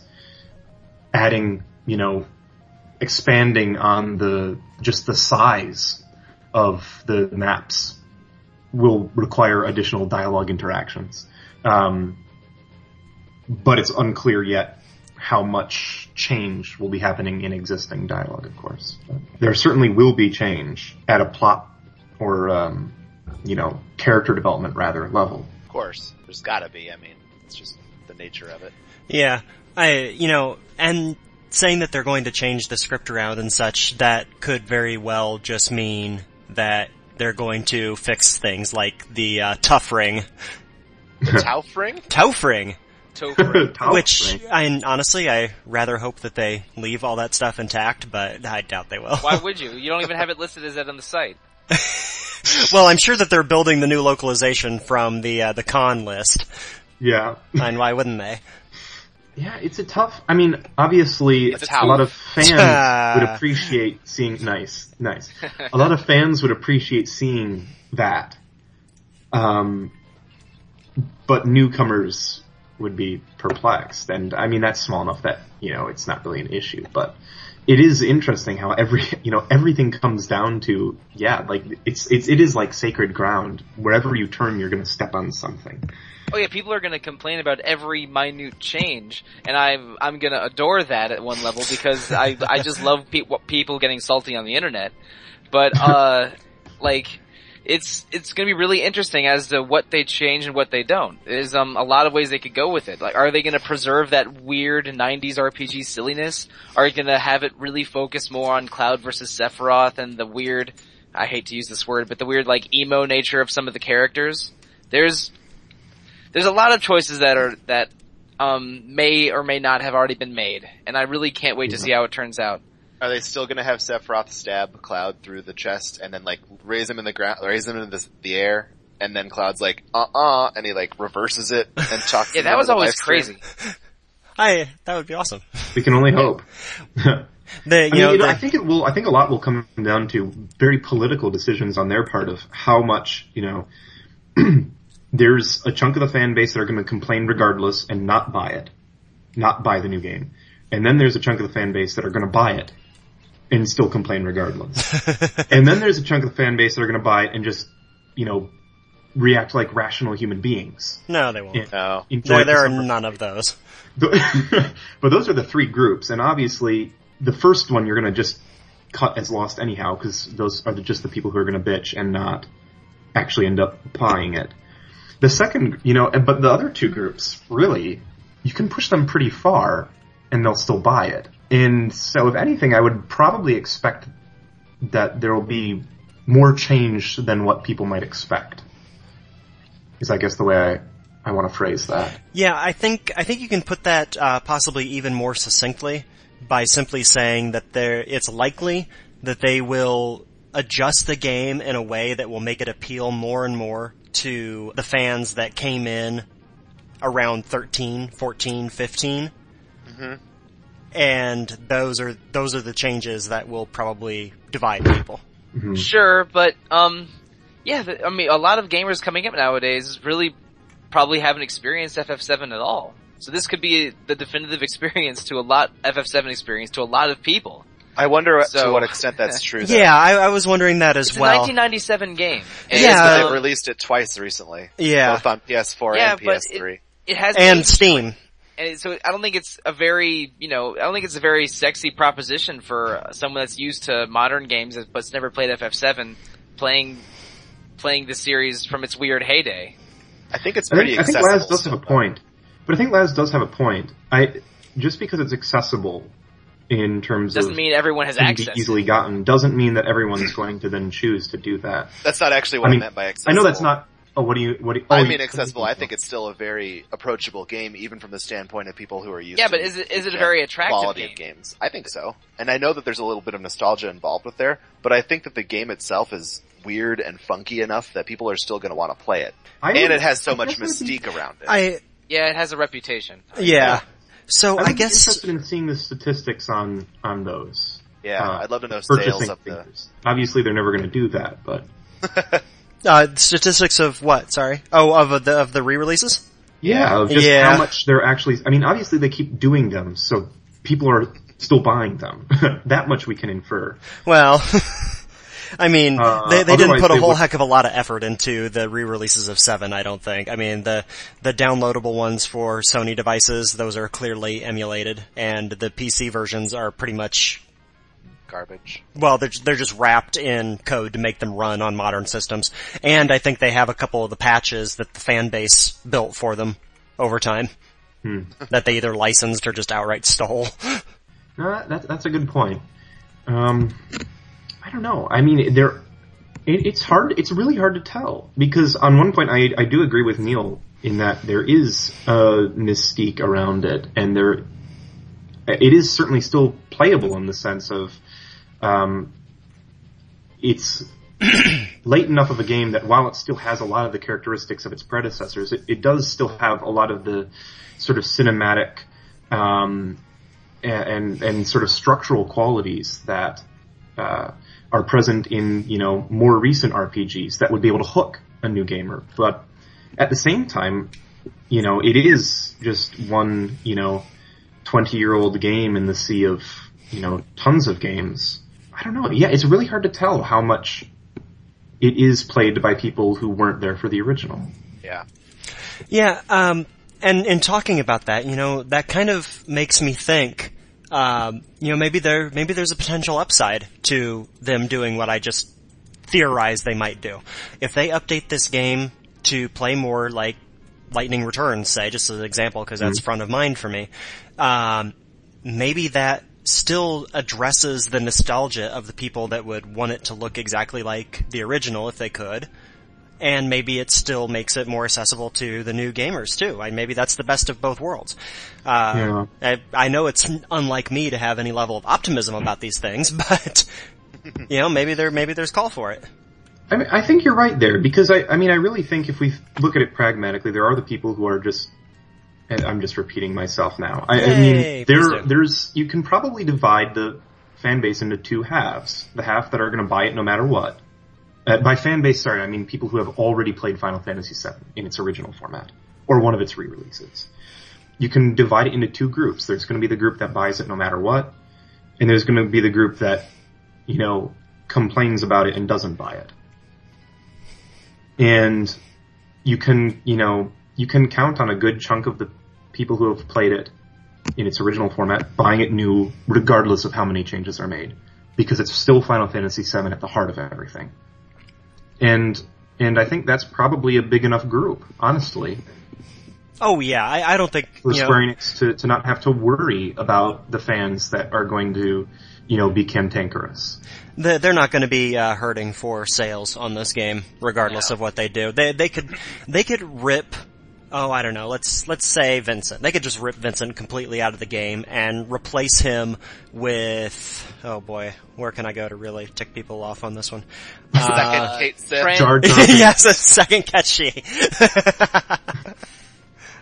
Speaker 4: adding, you know, expanding on the just the size of the maps will require additional dialogue interactions. Um, but it's unclear yet how much change will be happening in existing dialogue, of course. There certainly will be change at a plot or, um, you know, character development rather level.
Speaker 1: of course. There's gotta be. I mean, it's just the nature of it.
Speaker 3: Yeah, I, you know, and saying that they're going to change the script around and such, that could very well just mean that they're going to fix things like the uh, tough ring,
Speaker 1: The Tauf ring?
Speaker 3: tough ring,
Speaker 2: Topher.
Speaker 3: which I honestly I rather hope that they leave all that stuff intact, but I doubt they will.
Speaker 2: Why would you? You don't even have it listed as that on the site.
Speaker 3: well, I'm sure that they're building the new localization from the uh, the con list,
Speaker 4: Yeah.
Speaker 3: and why wouldn't they?
Speaker 4: Yeah, it's a tough. I mean, obviously,
Speaker 1: It's a
Speaker 4: a,
Speaker 1: tough-
Speaker 4: lot of fans would appreciate seeing. Nice, nice. A lot of fans would appreciate seeing that. Um, but newcomers would be perplexed, and I mean that's small enough that you know it's not really an issue. But it is interesting how every you know everything comes down to yeah, like it's it's it is like sacred ground. Wherever you turn, you're going to step on something.
Speaker 2: Oh yeah, people are gonna complain about every minute change, and I'm I'm gonna adore that at one level because I I just love pe- what- people getting salty on the internet. But uh, like, it's it's gonna be really interesting as to what they change and what they don't. There's um a lot of ways they could go with it. Like, are they gonna preserve that weird '90s RPG silliness? Are you gonna have it really focus more on Cloud versus Sephiroth and the weird? I hate to use this word, but the weird like emo nature of some of the characters. There's there's a lot of choices that are that um, may or may not have already been made, and I really can't wait to see how it turns out.
Speaker 1: Are they still gonna have Sephiroth stab Cloud through the chest and then like raise him in the ground, raise him in the, the air? And then Cloud's like, uh-uh, and he like reverses it and chucks
Speaker 2: Yeah,
Speaker 1: him
Speaker 2: that
Speaker 1: into
Speaker 2: was
Speaker 1: the
Speaker 2: always
Speaker 1: live
Speaker 2: crazy.
Speaker 3: I that would be awesome.
Speaker 4: We can only hope.
Speaker 3: The, you
Speaker 4: I mean,
Speaker 3: know,
Speaker 4: you know,
Speaker 3: the-
Speaker 4: I think it will. I think a lot will come down to very political decisions on their part of how much you know. there's a chunk of the fan base that are going to complain regardless and not buy it, not buy the new game, and then there's a chunk of the fan base that are going to buy it and still complain regardless, and then there's a chunk of the fan base that are going to buy it and just you know react like rational human beings.
Speaker 3: no, they won't.
Speaker 4: Yeah.
Speaker 1: No.
Speaker 3: There,
Speaker 4: Enjoy it
Speaker 3: there
Speaker 4: for
Speaker 3: are
Speaker 4: some-
Speaker 3: none of those.
Speaker 4: but those are the three groups, and obviously the first one you're going to just cut as lost anyhow because those are the, just the people who are going to bitch and not actually end up buying it. The second, you know, but the other two groups really, you can push them pretty far, and they'll still buy it. And so, if anything, I would probably expect that there will be more change than what people might expect. Is I guess the way I, I want to phrase that.
Speaker 3: Yeah, I think I think you can put that uh, possibly even more succinctly by simply saying that there it's likely that they will adjust the game in a way that will make it appeal more and more to the fans that came in around 13, 14, 15. and those are those are the changes that will probably divide people.
Speaker 4: Mhm.
Speaker 2: Sure, but um, yeah, the, I mean, a lot of gamers coming up nowadays really probably haven't experienced FF7 at all. So this could be the definitive experience to a lot FF7 experience to a lot of people.
Speaker 1: I wonder to
Speaker 2: So-
Speaker 1: what extent that's true. though.
Speaker 3: Yeah, I, I was wondering that as
Speaker 2: It's a
Speaker 3: well.
Speaker 2: 1997 game. uh,
Speaker 1: It is,
Speaker 3: Yeah.
Speaker 1: but they've released it twice recently,
Speaker 3: yeah,
Speaker 1: both on PS4
Speaker 2: Yeah,
Speaker 1: and
Speaker 2: but it-
Speaker 1: PS3.
Speaker 2: It has
Speaker 3: and Steam.
Speaker 2: and so I don't think it's a very, you know, I don't think it's a very sexy proposition for uh, someone that's used to modern games that- but's never played FF7 playing playing the series from its weird heyday.
Speaker 1: I think it's
Speaker 4: I
Speaker 1: pretty
Speaker 4: think, I think
Speaker 1: accessible.
Speaker 4: Laz does have a point, but I think Laz does have a point. I just because it's accessible in terms
Speaker 2: Doesn't
Speaker 4: of
Speaker 2: mean everyone has
Speaker 4: can be
Speaker 2: access.
Speaker 4: easily gotten doesn't mean that everyone's going to then choose to do that.
Speaker 1: That's not actually what
Speaker 4: I
Speaker 1: I,
Speaker 4: mean,
Speaker 1: meant by
Speaker 4: I
Speaker 1: accessible.
Speaker 4: know that's not. Oh, what do you? What do you, oh,
Speaker 1: I
Speaker 4: you-
Speaker 1: mean accessible. I think it's still a very approachable game, even from the standpoint of people who are used.
Speaker 2: Yeah,
Speaker 1: to
Speaker 2: but is it is it a
Speaker 1: the
Speaker 2: very attractive
Speaker 1: quality
Speaker 2: game?
Speaker 1: of games? I think so, and I know that there's a little bit of nostalgia involved with there, but I think that the game itself is weird and funky enough that people are still going to want to play it,
Speaker 4: I would-
Speaker 1: and it has so much
Speaker 4: guess I'd be-
Speaker 1: mystique around it.
Speaker 3: I
Speaker 2: Yeah, it has a reputation.
Speaker 3: yeah. So
Speaker 4: I, would
Speaker 3: I
Speaker 4: be
Speaker 3: guess
Speaker 4: interested in seeing the statistics on on those
Speaker 1: yeah,
Speaker 4: uh,
Speaker 1: I'd love to know sales
Speaker 4: purchasing
Speaker 1: of the.
Speaker 4: things. Obviously, they're never going to do that, but
Speaker 3: uh, statistics of what? Sorry. Oh, of uh, the of the re-releases.
Speaker 4: yeah, of just
Speaker 3: Yeah.
Speaker 4: how much they're actually. I mean, obviously, they keep doing them, so people are still buying them. that much we can infer.
Speaker 3: Well, I mean,
Speaker 4: Uh,
Speaker 3: they, they didn't
Speaker 4: otherwise
Speaker 3: put a
Speaker 4: they
Speaker 3: whole
Speaker 4: would-
Speaker 3: heck of a lot of effort into the re-releases of Seven. I don't think. I mean, the the downloadable ones for Sony devices, those are clearly emulated, and the PC versions are pretty much
Speaker 1: garbage.
Speaker 3: well, they're they're just wrapped in code to make them run on modern systems. And I think they have a couple of the patches that the fan base built for them over time.
Speaker 4: Hmm.
Speaker 3: That they either licensed or just outright stole.
Speaker 4: Uh, that, that's a good point. Um, I don't know. I mean, there, it, it's hard. It's really hard to tell because on one point, I I do agree with Neil in that there is a mystique around it, and there, it is certainly still playable in the sense of, um, it's late enough of a game that while it still has a lot of the characteristics of its predecessors, it, it does still have a lot of the sort of cinematic. Um, and and sort of structural qualities that uh, are present in you know more recent RPGs that would be able to hook a new gamer. But at the same time, you know, it is just one you know twenty year old game in the sea of you know tons of games. I don't know. Yeah, it's really hard to tell how much it is played by people who weren't there for the original.
Speaker 1: Yeah,
Speaker 3: Yeah, um, and in talking about that, you know, that kind of makes me think, um, you know, maybe there maybe there's a potential upside to them doing what I just theorized they might do. If they update this game to play more like Lightning Returns, say, just as an example, because that's front of mind for me, um, maybe that still addresses the nostalgia of the people that would want it to look exactly like the original if they could and maybe it still makes it more accessible to the new gamers too. I, maybe that's the best of both worlds. Uh, I, I know it's unlike me to have any level of optimism about these things, but you know, maybe there maybe there's call for it.
Speaker 4: I, mean, I think you're right there because I, I mean, I really think if we look at it pragmatically, there are the people who are just. And I'm just repeating myself now. I, I
Speaker 3: Yay,
Speaker 4: mean,
Speaker 3: please
Speaker 4: there,
Speaker 3: do.
Speaker 4: there's you can probably divide the fan base into two halves: the half that are going to buy it no matter what. Uh, by fan base, sorry, I mean people who have already played Final Fantasy VII in its original format or one of its re-releases. You can divide it into two groups. There's going to be the group that buys it no matter what, and there's going to be the group that, you know, complains about it and doesn't buy it and you can you know you can count on a good chunk of the people who have played it in its original format buying it new regardless of how many changes are made because it's still Final Fantasy VII at the heart of everything and and I think that's probably a big enough group honestly
Speaker 3: Oh yeah, I, I don't think
Speaker 4: for
Speaker 3: you know,
Speaker 4: Square Enix to, to not have to worry about the fans that are going to you know be cantankerous
Speaker 3: They- They're not going to be uh, hurting for sales on this game, regardless of what they do. They they could they could rip. Oh, I don't know. Let's let's say Vincent. They could just rip Vincent completely out of the game and replace him with. Oh boy, where can I go to really tick people off on this one?
Speaker 1: second
Speaker 3: Uh,
Speaker 1: Kate Sith.
Speaker 2: Fran-
Speaker 4: Jar Jar Binks.
Speaker 3: yes, a second catchy.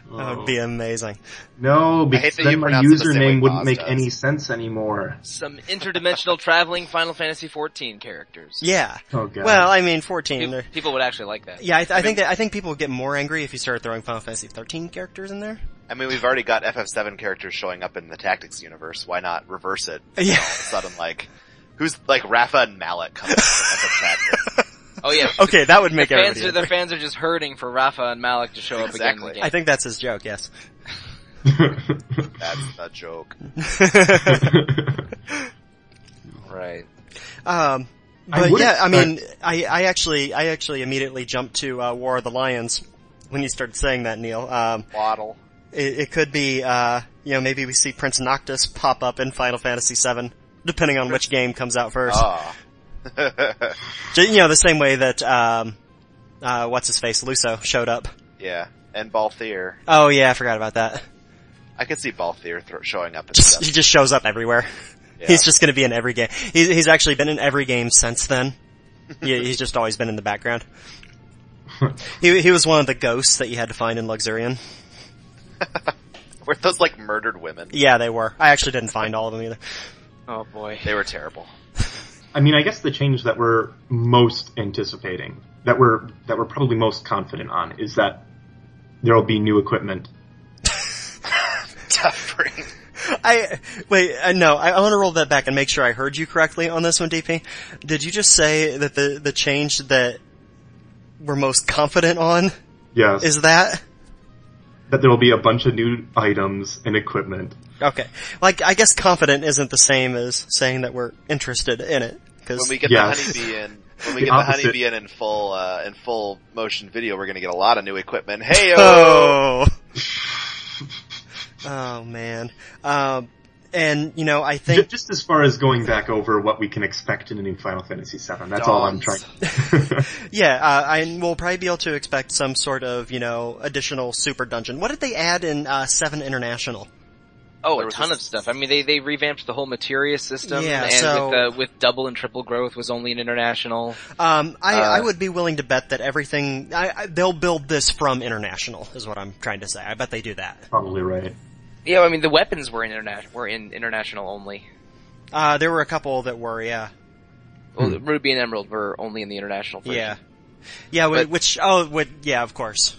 Speaker 4: Oh,
Speaker 3: That would be amazing.
Speaker 4: No,
Speaker 1: hate
Speaker 4: because
Speaker 1: that you
Speaker 4: then my
Speaker 1: pronounce it the same way
Speaker 4: username wouldn't
Speaker 1: Boz
Speaker 4: make
Speaker 1: does.
Speaker 4: any sense anymore.
Speaker 2: Some interdimensional traveling Final Fantasy 14 characters.
Speaker 3: Yeah.
Speaker 4: Oh god.
Speaker 3: Well, I mean, 14.
Speaker 2: People,
Speaker 3: they're-
Speaker 2: people would actually like that.
Speaker 3: Yeah, I, th- I think that I think people would get more angry if you started throwing Final Fantasy 13 characters in there.
Speaker 1: I mean, we've already got FF7 characters showing up in the Tactics universe. Why not reverse it?
Speaker 3: Yeah.
Speaker 1: Sudden like, who's like Rafa and Malik coming from FF Tactics?
Speaker 2: Oh yeah.
Speaker 3: Okay, that would make
Speaker 2: Fans
Speaker 3: everybody.
Speaker 2: are, the
Speaker 3: angry.
Speaker 2: fans are just hurting for Rafa and Malik to show up
Speaker 1: Exactly.
Speaker 2: again.
Speaker 3: I
Speaker 2: in
Speaker 3: think that's his joke. Yes.
Speaker 1: That's a joke.
Speaker 2: the game. Right.
Speaker 3: Um,
Speaker 4: I
Speaker 3: but
Speaker 4: would
Speaker 3: yeah, I mean,
Speaker 4: expect-
Speaker 3: I, I actually, I actually immediately jumped to uh, War of the Lions when you started saying that, Neil. Um,
Speaker 1: Waddle.
Speaker 3: it, it could be, uh, you know, maybe we see Prince Noctis pop up in Final Fantasy VII, depending on which game comes out first.
Speaker 1: Ah.
Speaker 3: Ju- You know, the same way that, um, uh, what's his face, Luso showed up.
Speaker 1: yeah. And Balthier.
Speaker 3: Oh yeah, I forgot about that.
Speaker 1: I could see Balthier th- showing up and
Speaker 3: Just,
Speaker 1: stuff.
Speaker 3: he just shows up everywhere.
Speaker 1: Yeah.
Speaker 3: He's just gonna be in every game. He's, he's actually been in every game since then. yeah, he's just always been in the background. He, he was one of the ghosts that you had to find in Luxurian.
Speaker 1: Were those like murdered women?
Speaker 3: Yeah, they were. I actually didn't find all of them either.
Speaker 2: Oh boy.
Speaker 1: They were terrible.
Speaker 4: I mean, I guess the change that we're most anticipating, that we're that we're probably most confident on, is that there will be new equipment.
Speaker 1: Suffering.
Speaker 3: I, wait, uh, no, I, I want to roll that back and make sure I heard you correctly on this one, DP. Did you just say that the, the change that we're most confident on
Speaker 4: Yes,
Speaker 3: is that?
Speaker 4: that there will be a bunch of new items and equipment.
Speaker 3: Okay. Like, I guess confident isn't the same as saying that we're interested in it.
Speaker 1: When
Speaker 3: Cause,
Speaker 1: we get
Speaker 4: Yeah.
Speaker 1: the honeybee in, when we
Speaker 4: The
Speaker 1: get the
Speaker 4: opposite.
Speaker 1: honeybee in in full, uh, in full motion video, we're gonna get a lot of new equipment. Hey,
Speaker 3: oh! oh man. Um, and, you know, I
Speaker 4: Ju-
Speaker 3: think,
Speaker 4: Just as far as going back over what we can expect in a new Final Fantasy VII, that's all I'm trying.
Speaker 1: Dawns.
Speaker 3: yeah, uh, I, we'll probably be able to expect some sort of, you know, additional super dungeon. What did they add in, uh, 7 International?
Speaker 2: Oh,
Speaker 1: There
Speaker 2: a
Speaker 1: was
Speaker 2: ton
Speaker 1: this-
Speaker 2: of stuff. I mean, they they revamped the whole materia system,
Speaker 3: Yeah,
Speaker 2: and
Speaker 3: so-
Speaker 2: with, uh, with double and triple growth was only an international.
Speaker 3: Um, I,
Speaker 2: Uh,
Speaker 3: I would be willing to bet that everything I, I, they'll build this from international is what I'm trying to say. I bet they do that.
Speaker 4: Probably right.
Speaker 2: Yeah, I mean the weapons were in interna- were in international only.
Speaker 3: Uh, there were a couple that were, yeah,
Speaker 2: Well, Ruby and Emerald were only in the international version.
Speaker 3: yeah, yeah.
Speaker 1: But-
Speaker 3: wh- which oh, would, yeah, of course.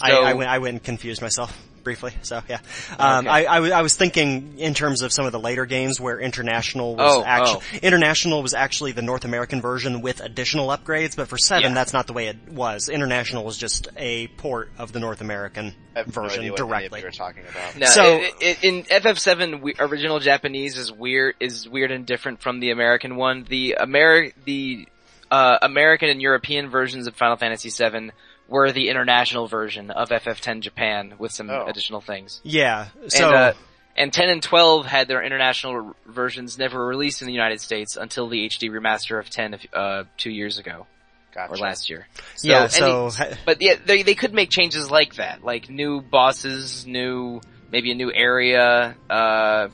Speaker 3: I,
Speaker 2: So-
Speaker 3: I, went, I went and confused myself briefly. So yeah, um,
Speaker 2: Okay.
Speaker 3: I, I, w- I was thinking in terms of some of the later games where international was
Speaker 2: Oh,
Speaker 3: actually international was actually the North American version with additional upgrades, but for seven,
Speaker 2: Yeah.
Speaker 3: that's not the way it was. International was just a port of the North American
Speaker 1: I have no idea
Speaker 3: version
Speaker 1: what any of
Speaker 3: directly.
Speaker 1: you are talking about.
Speaker 2: No,
Speaker 3: So-
Speaker 2: it, it, in FF7, we, original Japanese is weird is weird and different from the American one. The Ameri- the uh, American and European versions of Final Fantasy VII were the international version of FF10 Japan with some
Speaker 1: Oh.
Speaker 2: additional things.
Speaker 3: Yeah. So
Speaker 2: and, uh, and 10 and 12 had their international r- versions never released in the United States until the HD remaster of 10 uh, two years ago
Speaker 1: Gotcha.
Speaker 2: or last year. So
Speaker 3: yeah.
Speaker 2: any-
Speaker 3: So
Speaker 2: but yeah, they they could make changes like that, like new bosses, new maybe a new area, uh,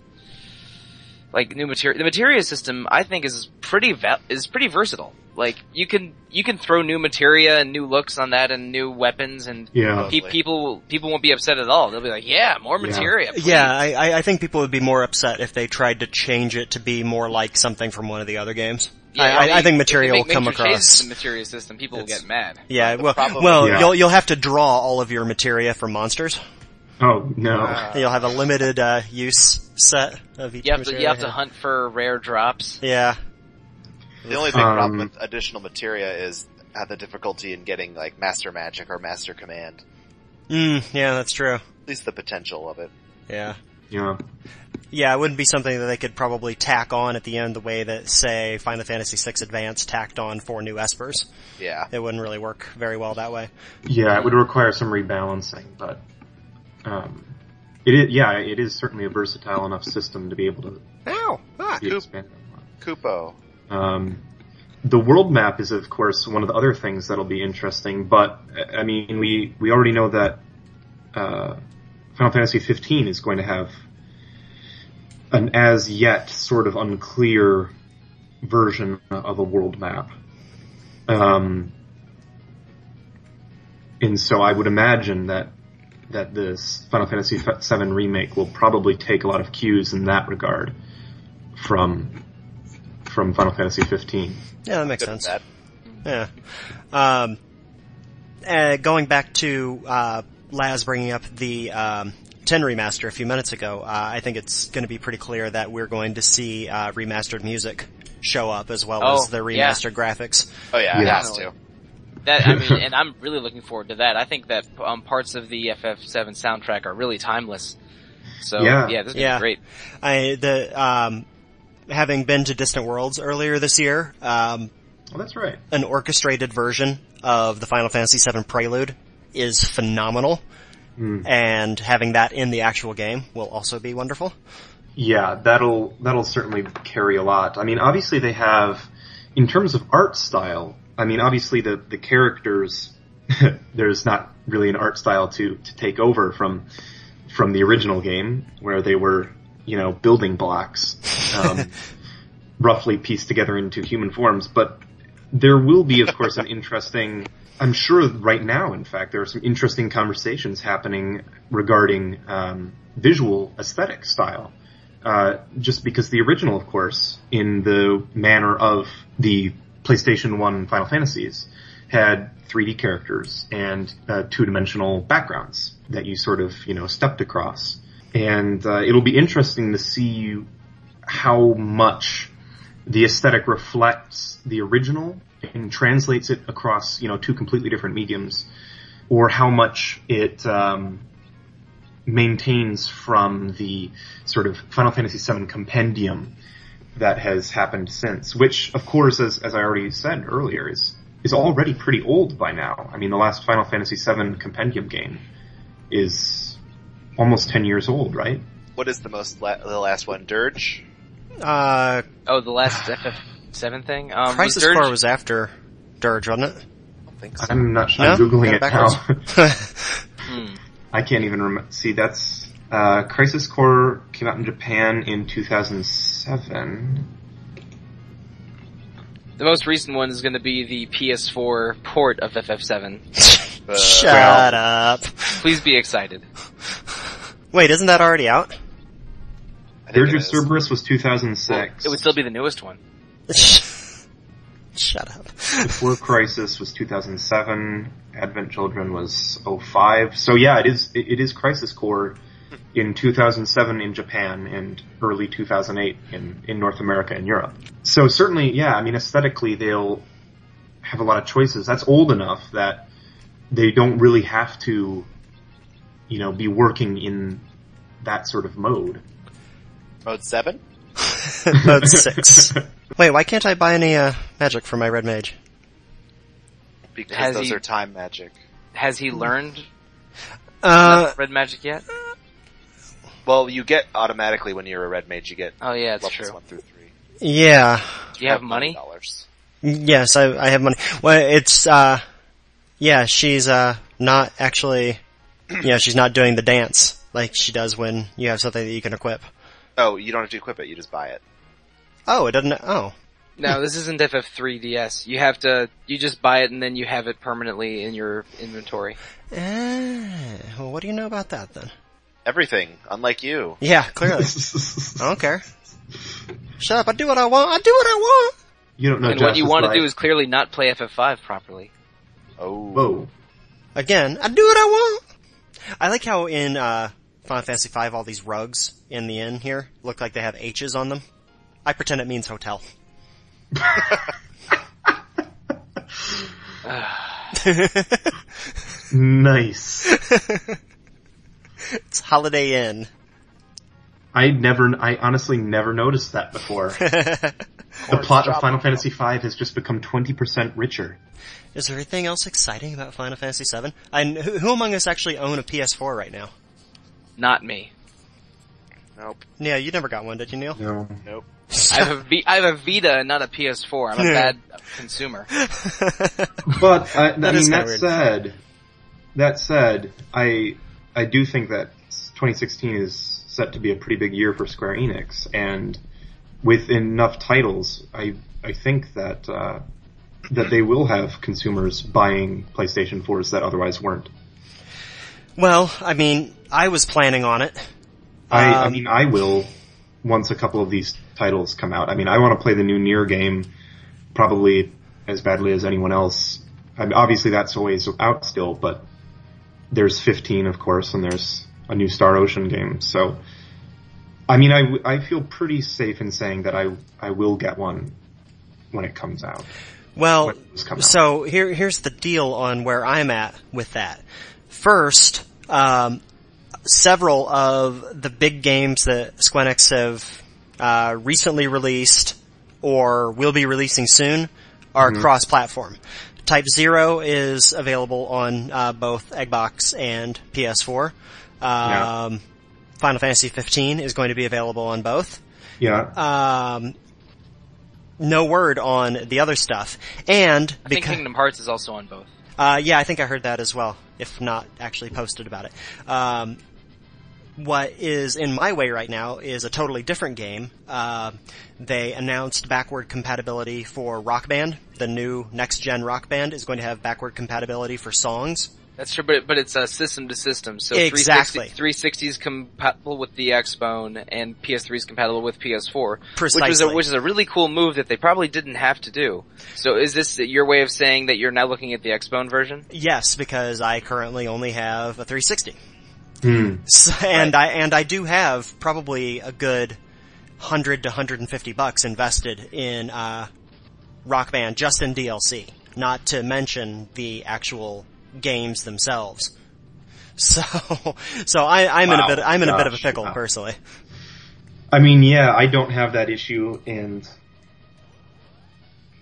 Speaker 2: like new material. The materia system, I think, is pretty va- is pretty versatile. Like you can you can throw new materia and new looks on that, and new weapons, and
Speaker 4: Yeah.
Speaker 1: Okay.
Speaker 2: pe- people people won't be upset at all. They'll be like, yeah, more
Speaker 4: Yeah.
Speaker 2: materia. please."
Speaker 3: yeah, I, I- I think people would be more upset if they tried to change it to be more like something from one of the other games.
Speaker 2: Yeah,
Speaker 3: I, I, I
Speaker 2: mean,
Speaker 3: think
Speaker 2: if
Speaker 3: material
Speaker 2: they
Speaker 3: will
Speaker 2: make
Speaker 3: come
Speaker 2: major changes
Speaker 3: across.
Speaker 2: to The materia system, people will
Speaker 3: It's-
Speaker 2: get mad.
Speaker 3: Yeah, well,
Speaker 1: problem-
Speaker 3: well,
Speaker 4: Yeah.
Speaker 3: you'll you'll have to draw all of your materia from monsters.
Speaker 4: Oh no.
Speaker 1: Ah.
Speaker 3: you'll have a limited uh, use set of each.
Speaker 2: Uh, You have to
Speaker 3: materia.
Speaker 2: you have to hunt for rare drops.
Speaker 3: Yeah,
Speaker 1: The only big problem
Speaker 4: Um,
Speaker 1: with additional materia is uh, the difficulty in getting like master magic or master command.
Speaker 3: mm, yeah, that's true.
Speaker 1: At least the potential of it.
Speaker 3: Yeah,
Speaker 4: Yeah.
Speaker 3: yeah, it wouldn't be something that they could probably tack on at the end the way that say Final Fantasy VI Advance tacked on four new espers.
Speaker 1: Yeah.
Speaker 3: It wouldn't really work very well that way.
Speaker 4: Yeah, it would require some rebalancing, but um, it is, yeah, it is certainly a versatile enough system to be able to
Speaker 3: Ow! Ah.
Speaker 4: be
Speaker 1: Cool.
Speaker 4: expanded. upon.
Speaker 1: Kupo.
Speaker 4: Um, the world map is, of course, one of the other things that'll be interesting. But I- I mean, we we already know that uh, Final Fantasy 15 is going to have an as yet sort of unclear version of a world map. Um, and so I would imagine that that this Final Fantasy VII remake will probably take a lot of cues in that regard from from Final Fantasy 15.
Speaker 3: Yeah, that makes sense.
Speaker 1: That-
Speaker 3: Yeah. Um, uh, going back to uh, Laz bringing up the um, 10 remaster a few minutes ago, uh, I think it's going to be pretty clear that we're going to see uh, remastered music show up as well
Speaker 2: Oh,
Speaker 3: as the
Speaker 2: yeah.
Speaker 3: remastered graphics.
Speaker 1: oh yeah, it
Speaker 4: Yeah.
Speaker 1: has to.
Speaker 2: That I mean, and I'm really looking forward to that. I think that um, parts of the FF7 soundtrack are really timeless. So
Speaker 4: Yeah.
Speaker 2: yeah, this is gonna
Speaker 3: Yeah.
Speaker 2: be great.
Speaker 3: I the um, having been to Distant Worlds earlier this year, um,
Speaker 4: Well, Oh, that's right.
Speaker 3: an orchestrated version of the Final Fantasy VII Prelude is phenomenal, and having that in the actual game will also be wonderful.
Speaker 4: Yeah, that'll that'll certainly carry a lot. I mean, obviously they have, in terms of art style. I mean, obviously the the characters, there's not really an art style to to take over from from the original game where they were you know building blocks, um, roughly pieced together into human forms. But there will be, of course, an interesting. I'm sure right now, in fact, there are some interesting conversations happening regarding um, visual aesthetic style uh, just because the original, of course, in the manner of the PlayStation 1 Final Fantasies, had 3D characters and uh, two-dimensional backgrounds that you sort of, you know, stepped across. And uh, it'll be interesting to see how much the aesthetic reflects the original and translates it across, you know, two completely different mediums, or how much it um, maintains from the sort of Final Fantasy VII compendium that has happened since, which, of course, as, as I already said earlier, is is already pretty old by now. I mean, the last Final Fantasy VII compendium game is almost ten years old, right?
Speaker 1: What is the most la- the last one? Dirge.
Speaker 3: Uh,
Speaker 2: Oh, the last FF7 thing. Um, was
Speaker 3: Crisis
Speaker 2: Dirge-
Speaker 3: Core was after Dirge, wasn't it?
Speaker 1: I don't think so.
Speaker 4: I'm not sure.
Speaker 3: No?
Speaker 4: I'm googling
Speaker 3: Got it
Speaker 4: it now.
Speaker 3: backwards.
Speaker 2: Hmm.
Speaker 4: I can't even remember. See, that's uh, Crisis Core came out in Japan in 2007.
Speaker 2: The most recent one is going to be the PS4 port of FF7.
Speaker 1: Uh,
Speaker 3: Shut up.
Speaker 2: Please be excited.
Speaker 3: Wait, isn't that already out?
Speaker 1: I think
Speaker 4: Dirge
Speaker 1: it
Speaker 4: of
Speaker 1: is.
Speaker 4: Cerberus was 2006.
Speaker 2: It would still be the newest one.
Speaker 3: Shut up.
Speaker 4: Before Crisis was 2007. Advent Children was 05. So yeah, it is it, it is Crisis Core in 2007 in Japan and early 2008 in in North America and Europe. So certainly, yeah, I mean aesthetically they'll have a lot of choices. That's old enough that they don't really have to you know be working in that sort of mode.
Speaker 1: Mode seven.
Speaker 3: Mode 6. Wait, why can't I buy any uh, magic for my red mage?
Speaker 1: Because
Speaker 2: Has
Speaker 1: those
Speaker 2: he-
Speaker 1: are time magic.
Speaker 2: Has
Speaker 3: Hmm.
Speaker 2: he learned
Speaker 3: Uh,
Speaker 2: Red Magic yet?
Speaker 1: Well, you get automatically when you're a red mage, you get
Speaker 2: Oh yeah, it's
Speaker 1: levels
Speaker 2: true.
Speaker 1: one through three.
Speaker 3: yeah.
Speaker 2: Do you have money?
Speaker 1: Dollars.
Speaker 3: Yes, I, I have money. Well, it's, uh, yeah, she's, uh, not actually, yeah, she's not doing the dance like she does when you have something that you can equip.
Speaker 1: Oh, you don't have to equip it. You just buy it.
Speaker 3: Oh, it doesn't, oh.
Speaker 2: No, this isn't FF3 DS. You have to, you just buy it and then you have it permanently in your inventory.
Speaker 3: Eh, well, what do you know about that then?
Speaker 1: Everything, unlike you.
Speaker 3: Yeah, clearly. I don't care. Shut up, I do what I want, I do what I want!
Speaker 4: you don't know.
Speaker 2: and what
Speaker 4: Josh,
Speaker 2: you
Speaker 4: it's
Speaker 2: want to
Speaker 4: like,
Speaker 2: do is clearly not play FF5 properly.
Speaker 1: Oh,
Speaker 4: whoa.
Speaker 3: Again, I do what I want. I like how in uh, Final Fantasy V all these rugs in the inn here look like they have H's on them. I pretend it means hotel.
Speaker 4: Nice.
Speaker 3: It's Holiday Inn.
Speaker 4: I never, I honestly never noticed that before. the plot of Final Fantasy V has just become 20% richer.
Speaker 3: Is there anything else exciting about Final Fantasy VII? And who, who among us actually own a PS4 right now?
Speaker 2: Not me.
Speaker 1: nope,
Speaker 3: Yeah, you never got one, did you, Neil?
Speaker 4: No.
Speaker 1: nope.
Speaker 2: I have a, v- I have a Vita and not a PS4. I'm a
Speaker 3: Yeah.
Speaker 2: bad consumer.
Speaker 4: But, uh, I, I
Speaker 3: is
Speaker 4: mean,
Speaker 3: kinda
Speaker 4: that
Speaker 3: weird.
Speaker 4: said, that said, I, I do think that 2016 is set to be a pretty big year for Square Enix, and with enough titles, I, I think that, uh, that they will have consumers buying PlayStation 4s that otherwise weren't.
Speaker 3: Well, I mean, I was planning on it.
Speaker 4: I, I
Speaker 3: Um,
Speaker 4: mean, I will once a couple of these titles come out. I mean, I want to play the new Nier game probably as badly as anyone else. I mean, obviously, that's always out still, but there's 15, of course, and there's a new Star Ocean game. So, I mean, I, w- I feel pretty safe in saying that I I will get one when it comes out.
Speaker 3: Well,
Speaker 4: When it was coming out.
Speaker 3: so here here's the deal on where I'm at with that. First, um, several of the big games that Squenix have uh, recently released or will be releasing soon are
Speaker 4: Mm-hmm.
Speaker 3: cross-platform. Type Zero is available on uh, both Xbox and PS4. Um,
Speaker 4: Yeah.
Speaker 3: Final Fantasy 15 is going to be available on both
Speaker 4: Yeah.
Speaker 3: um, no word on the other stuff. And
Speaker 2: I think
Speaker 3: because,
Speaker 2: Kingdom Hearts is also on both.
Speaker 3: uh, yeah, I think I heard that as well, if not actually posted about it. Um, what is in my way right now is a totally different game. Uh, they announced backward compatibility for Rock Band. The new next gen Rock Band is going to have backward compatibility for songs.
Speaker 2: That's true, but but it's uh, system to system. So 360
Speaker 3: Exactly.
Speaker 2: 360 is compatible with the Xbone, and PS3 is compatible with PS4. Which is a
Speaker 3: Precisely.
Speaker 2: which is a really cool move that they probably didn't have to do. So is this your way of saying that you're now looking at the Xbone version?
Speaker 3: Yes, because I currently only have a 360.
Speaker 4: Hmm.
Speaker 3: So- and I and I do have probably a good hundred to hundred and fifty bucks invested in uh, Rock Band just in DLC, not to mention the actual games themselves. So, so I, I'm in a
Speaker 4: Wow.
Speaker 3: bit. I'm in a bit of a
Speaker 4: Gosh,
Speaker 3: pickle
Speaker 4: wow.
Speaker 3: personally.
Speaker 4: I mean, yeah, I don't have that issue, and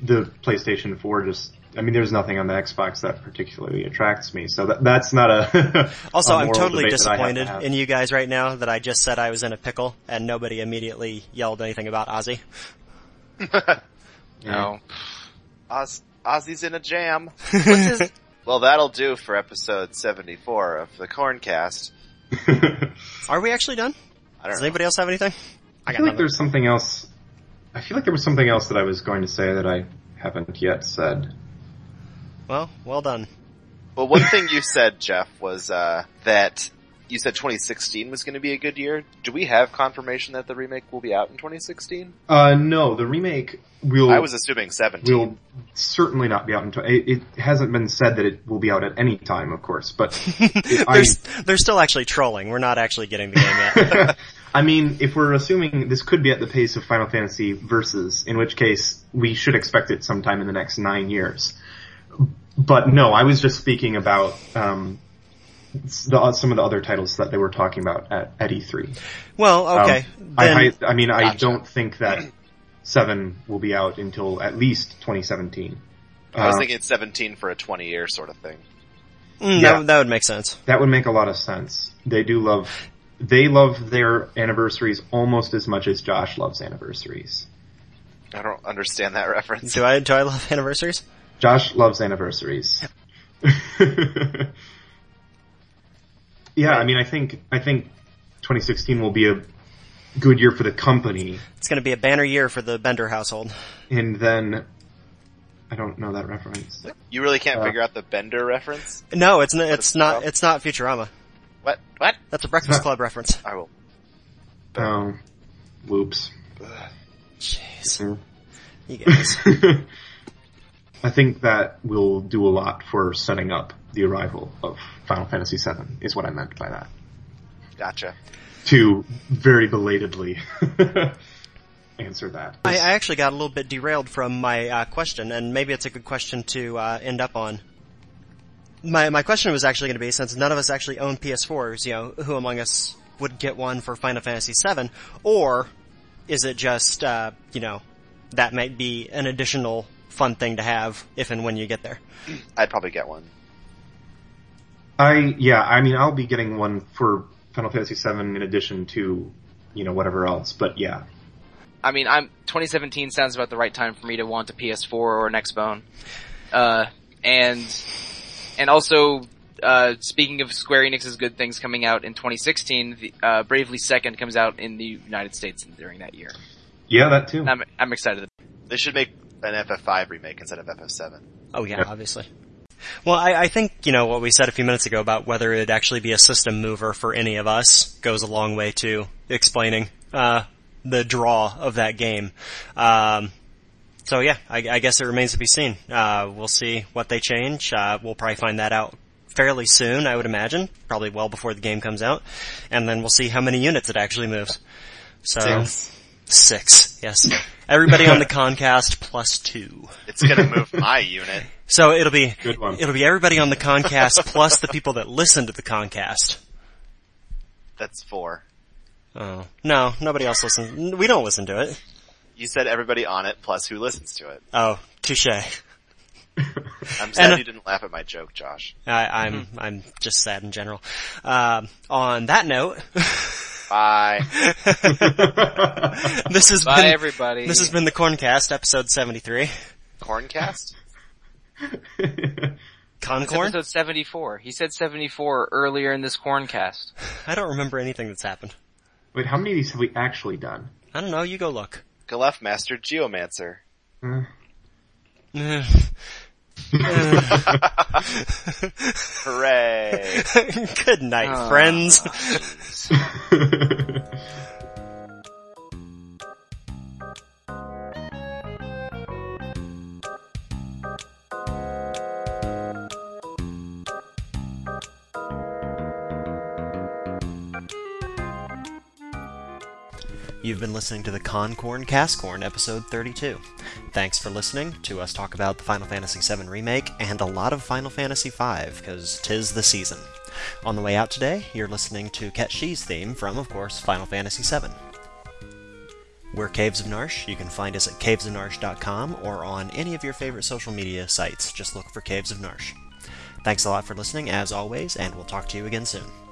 Speaker 4: the PlayStation 4 just. I mean, there's nothing on the Xbox that particularly attracts me, so that, that's not a.
Speaker 3: Also,
Speaker 4: a
Speaker 3: I'm
Speaker 4: moral
Speaker 3: totally
Speaker 4: debate that I have to
Speaker 3: disappointed
Speaker 4: have.
Speaker 3: in you guys right now that I just said I was in a pickle and nobody immediately yelled anything about Ozzy.
Speaker 2: No.
Speaker 1: Oz, Ozzy's in a jam.
Speaker 2: What's his,
Speaker 1: Well, that'll do for episode 74 of the Corncast.
Speaker 3: Are we actually done?
Speaker 1: I don't
Speaker 3: Does
Speaker 1: know.
Speaker 3: anybody else have anything?
Speaker 4: I feel like
Speaker 3: nothing.
Speaker 4: there's something else. I feel like there was something else that I was going to say that I haven't yet said.
Speaker 3: Well, well done.
Speaker 1: Well, one thing you said, Jeff, was uh, that you said 2016 was going to be a good year. Do we have confirmation that the remake will be out in 2016?
Speaker 4: Uh, no, the remake will
Speaker 1: I was assuming 17.
Speaker 4: will certainly not be out until it, it hasn't been said that it will be out at any time, of course, but it- I-
Speaker 3: There's, they're still actually trolling. We're not actually getting the game yet.
Speaker 4: I mean, if we're assuming this could be at the pace of Final Fantasy Versus, in which case we should expect it sometime in the next nine years. But no, I was just speaking about um, s- the, uh, some of the other titles that they were talking about at, at E3.
Speaker 3: Well,
Speaker 4: Um,
Speaker 3: okay.
Speaker 4: I,
Speaker 3: then,
Speaker 4: hi- I mean, I
Speaker 1: Gotcha.
Speaker 4: don't think that Seven will be out until at least 2017.
Speaker 1: I was
Speaker 4: Uh,
Speaker 1: thinking it's 17 for a 20 year sort of thing.
Speaker 3: mm,
Speaker 4: yeah.
Speaker 3: that, that would make sense.
Speaker 4: That would make a lot of sense. They do love, they love their anniversaries almost as much as Josh loves anniversaries.
Speaker 1: I don't understand that reference.
Speaker 3: Do I do I love anniversaries?
Speaker 4: Josh loves anniversaries. yeah, I mean, I think I think 2016 will be a good year for the company,
Speaker 3: It's going to be a banner year for the Bender household.
Speaker 4: and then I don't know that reference.
Speaker 1: You really can't
Speaker 4: Uh,
Speaker 1: figure out the Bender reference?
Speaker 3: No, it's n- it's not
Speaker 1: no.
Speaker 3: it's not Futurama.
Speaker 1: What? What?
Speaker 3: That's a Breakfast
Speaker 4: Huh.
Speaker 3: Club reference.
Speaker 1: I will.
Speaker 4: Oh, whoops.
Speaker 3: Jeez,
Speaker 4: Mm.
Speaker 3: you guys.
Speaker 4: I think that will do a lot for setting up the arrival of Final Fantasy VII. Is what I meant by that.
Speaker 1: Gotcha.
Speaker 4: To very belatedly answer that.
Speaker 3: I, I actually got a little bit derailed from my uh, question, and maybe it's a good question to uh, end up on. My my question was actually going to be since none of us actually own PS4s, you know, who among us would get one for Final Fantasy VII, or is it just uh, you know that might be an additional fun thing to have if and when you get there?
Speaker 1: I'd probably get one.
Speaker 4: I yeah, I mean I'll be getting one for Final Fantasy VII in addition to you know whatever else, but yeah,
Speaker 2: I mean, I'm 2017 sounds about the right time for me to want a PS4 or an Xbone. Uh, and and also, uh, speaking of Square Enix's good things coming out in 2016, the, uh, Bravely Second comes out in the United States during that year.
Speaker 4: yeah, that too.
Speaker 2: And I'm I'm excited.
Speaker 1: They should make an FF5 remake instead of FF7.
Speaker 3: Oh yeah,
Speaker 4: Yeah.
Speaker 3: obviously. Well, I, I think, you know, what we said a few minutes ago about whether it'd actually be a system mover for any of us goes a long way to explaining, uh, the draw of that game. Um, so yeah, I, I guess it remains to be seen. Uh, we'll see what they change. Uh, we'll probably find that out fairly soon, I would imagine. Probably well before the game comes out. And then we'll see how many units it actually moves. So.
Speaker 4: Uh, Six.
Speaker 3: Six, yes. Everybody on the Concast plus two.
Speaker 1: It's gonna move my unit.
Speaker 3: So it'll be
Speaker 4: Good one.
Speaker 3: it'll be everybody on the Concast plus the people that listen to the Concast.
Speaker 1: That's four.
Speaker 3: Oh no, nobody else listens. We don't listen to it.
Speaker 1: You said everybody on it plus who listens to it.
Speaker 3: Oh, touche. I,
Speaker 1: I'm sad
Speaker 3: And, uh,
Speaker 1: you didn't laugh at my joke, Josh.
Speaker 3: I'm
Speaker 4: Mm-hmm.
Speaker 3: I'm just sad in general. Um, on that note,
Speaker 1: Bye.
Speaker 3: this has
Speaker 2: Bye,
Speaker 3: been
Speaker 2: everybody.
Speaker 3: this has been the Corncast episode seventy three.
Speaker 1: Corncast?
Speaker 2: It's
Speaker 3: Concorn?
Speaker 2: episode 74. He said 74 earlier in this corncast.
Speaker 3: I don't remember anything that's happened.
Speaker 4: Wait, how many of these have we actually done?
Speaker 3: I don't know. You go look.
Speaker 1: Galef Master Geomancer.
Speaker 4: Uh,
Speaker 3: Eh.
Speaker 1: Hooray.
Speaker 3: Good night,
Speaker 2: Ah.
Speaker 3: friends. You've been listening to the Concorn Cascorn episode 32. Thanks for listening to us talk about the Final Fantasy VII Remake and a lot of Final Fantasy V, because tis the season. On the way out today, you're listening to Ket She's theme from, of course, Final Fantasy VII. We're Caves of Narsh. You can find us at cavesofnarsh.com or on any of your favorite social media sites. Just look for Caves of Narsh. Thanks a lot for listening, as always, and we'll talk to you again soon.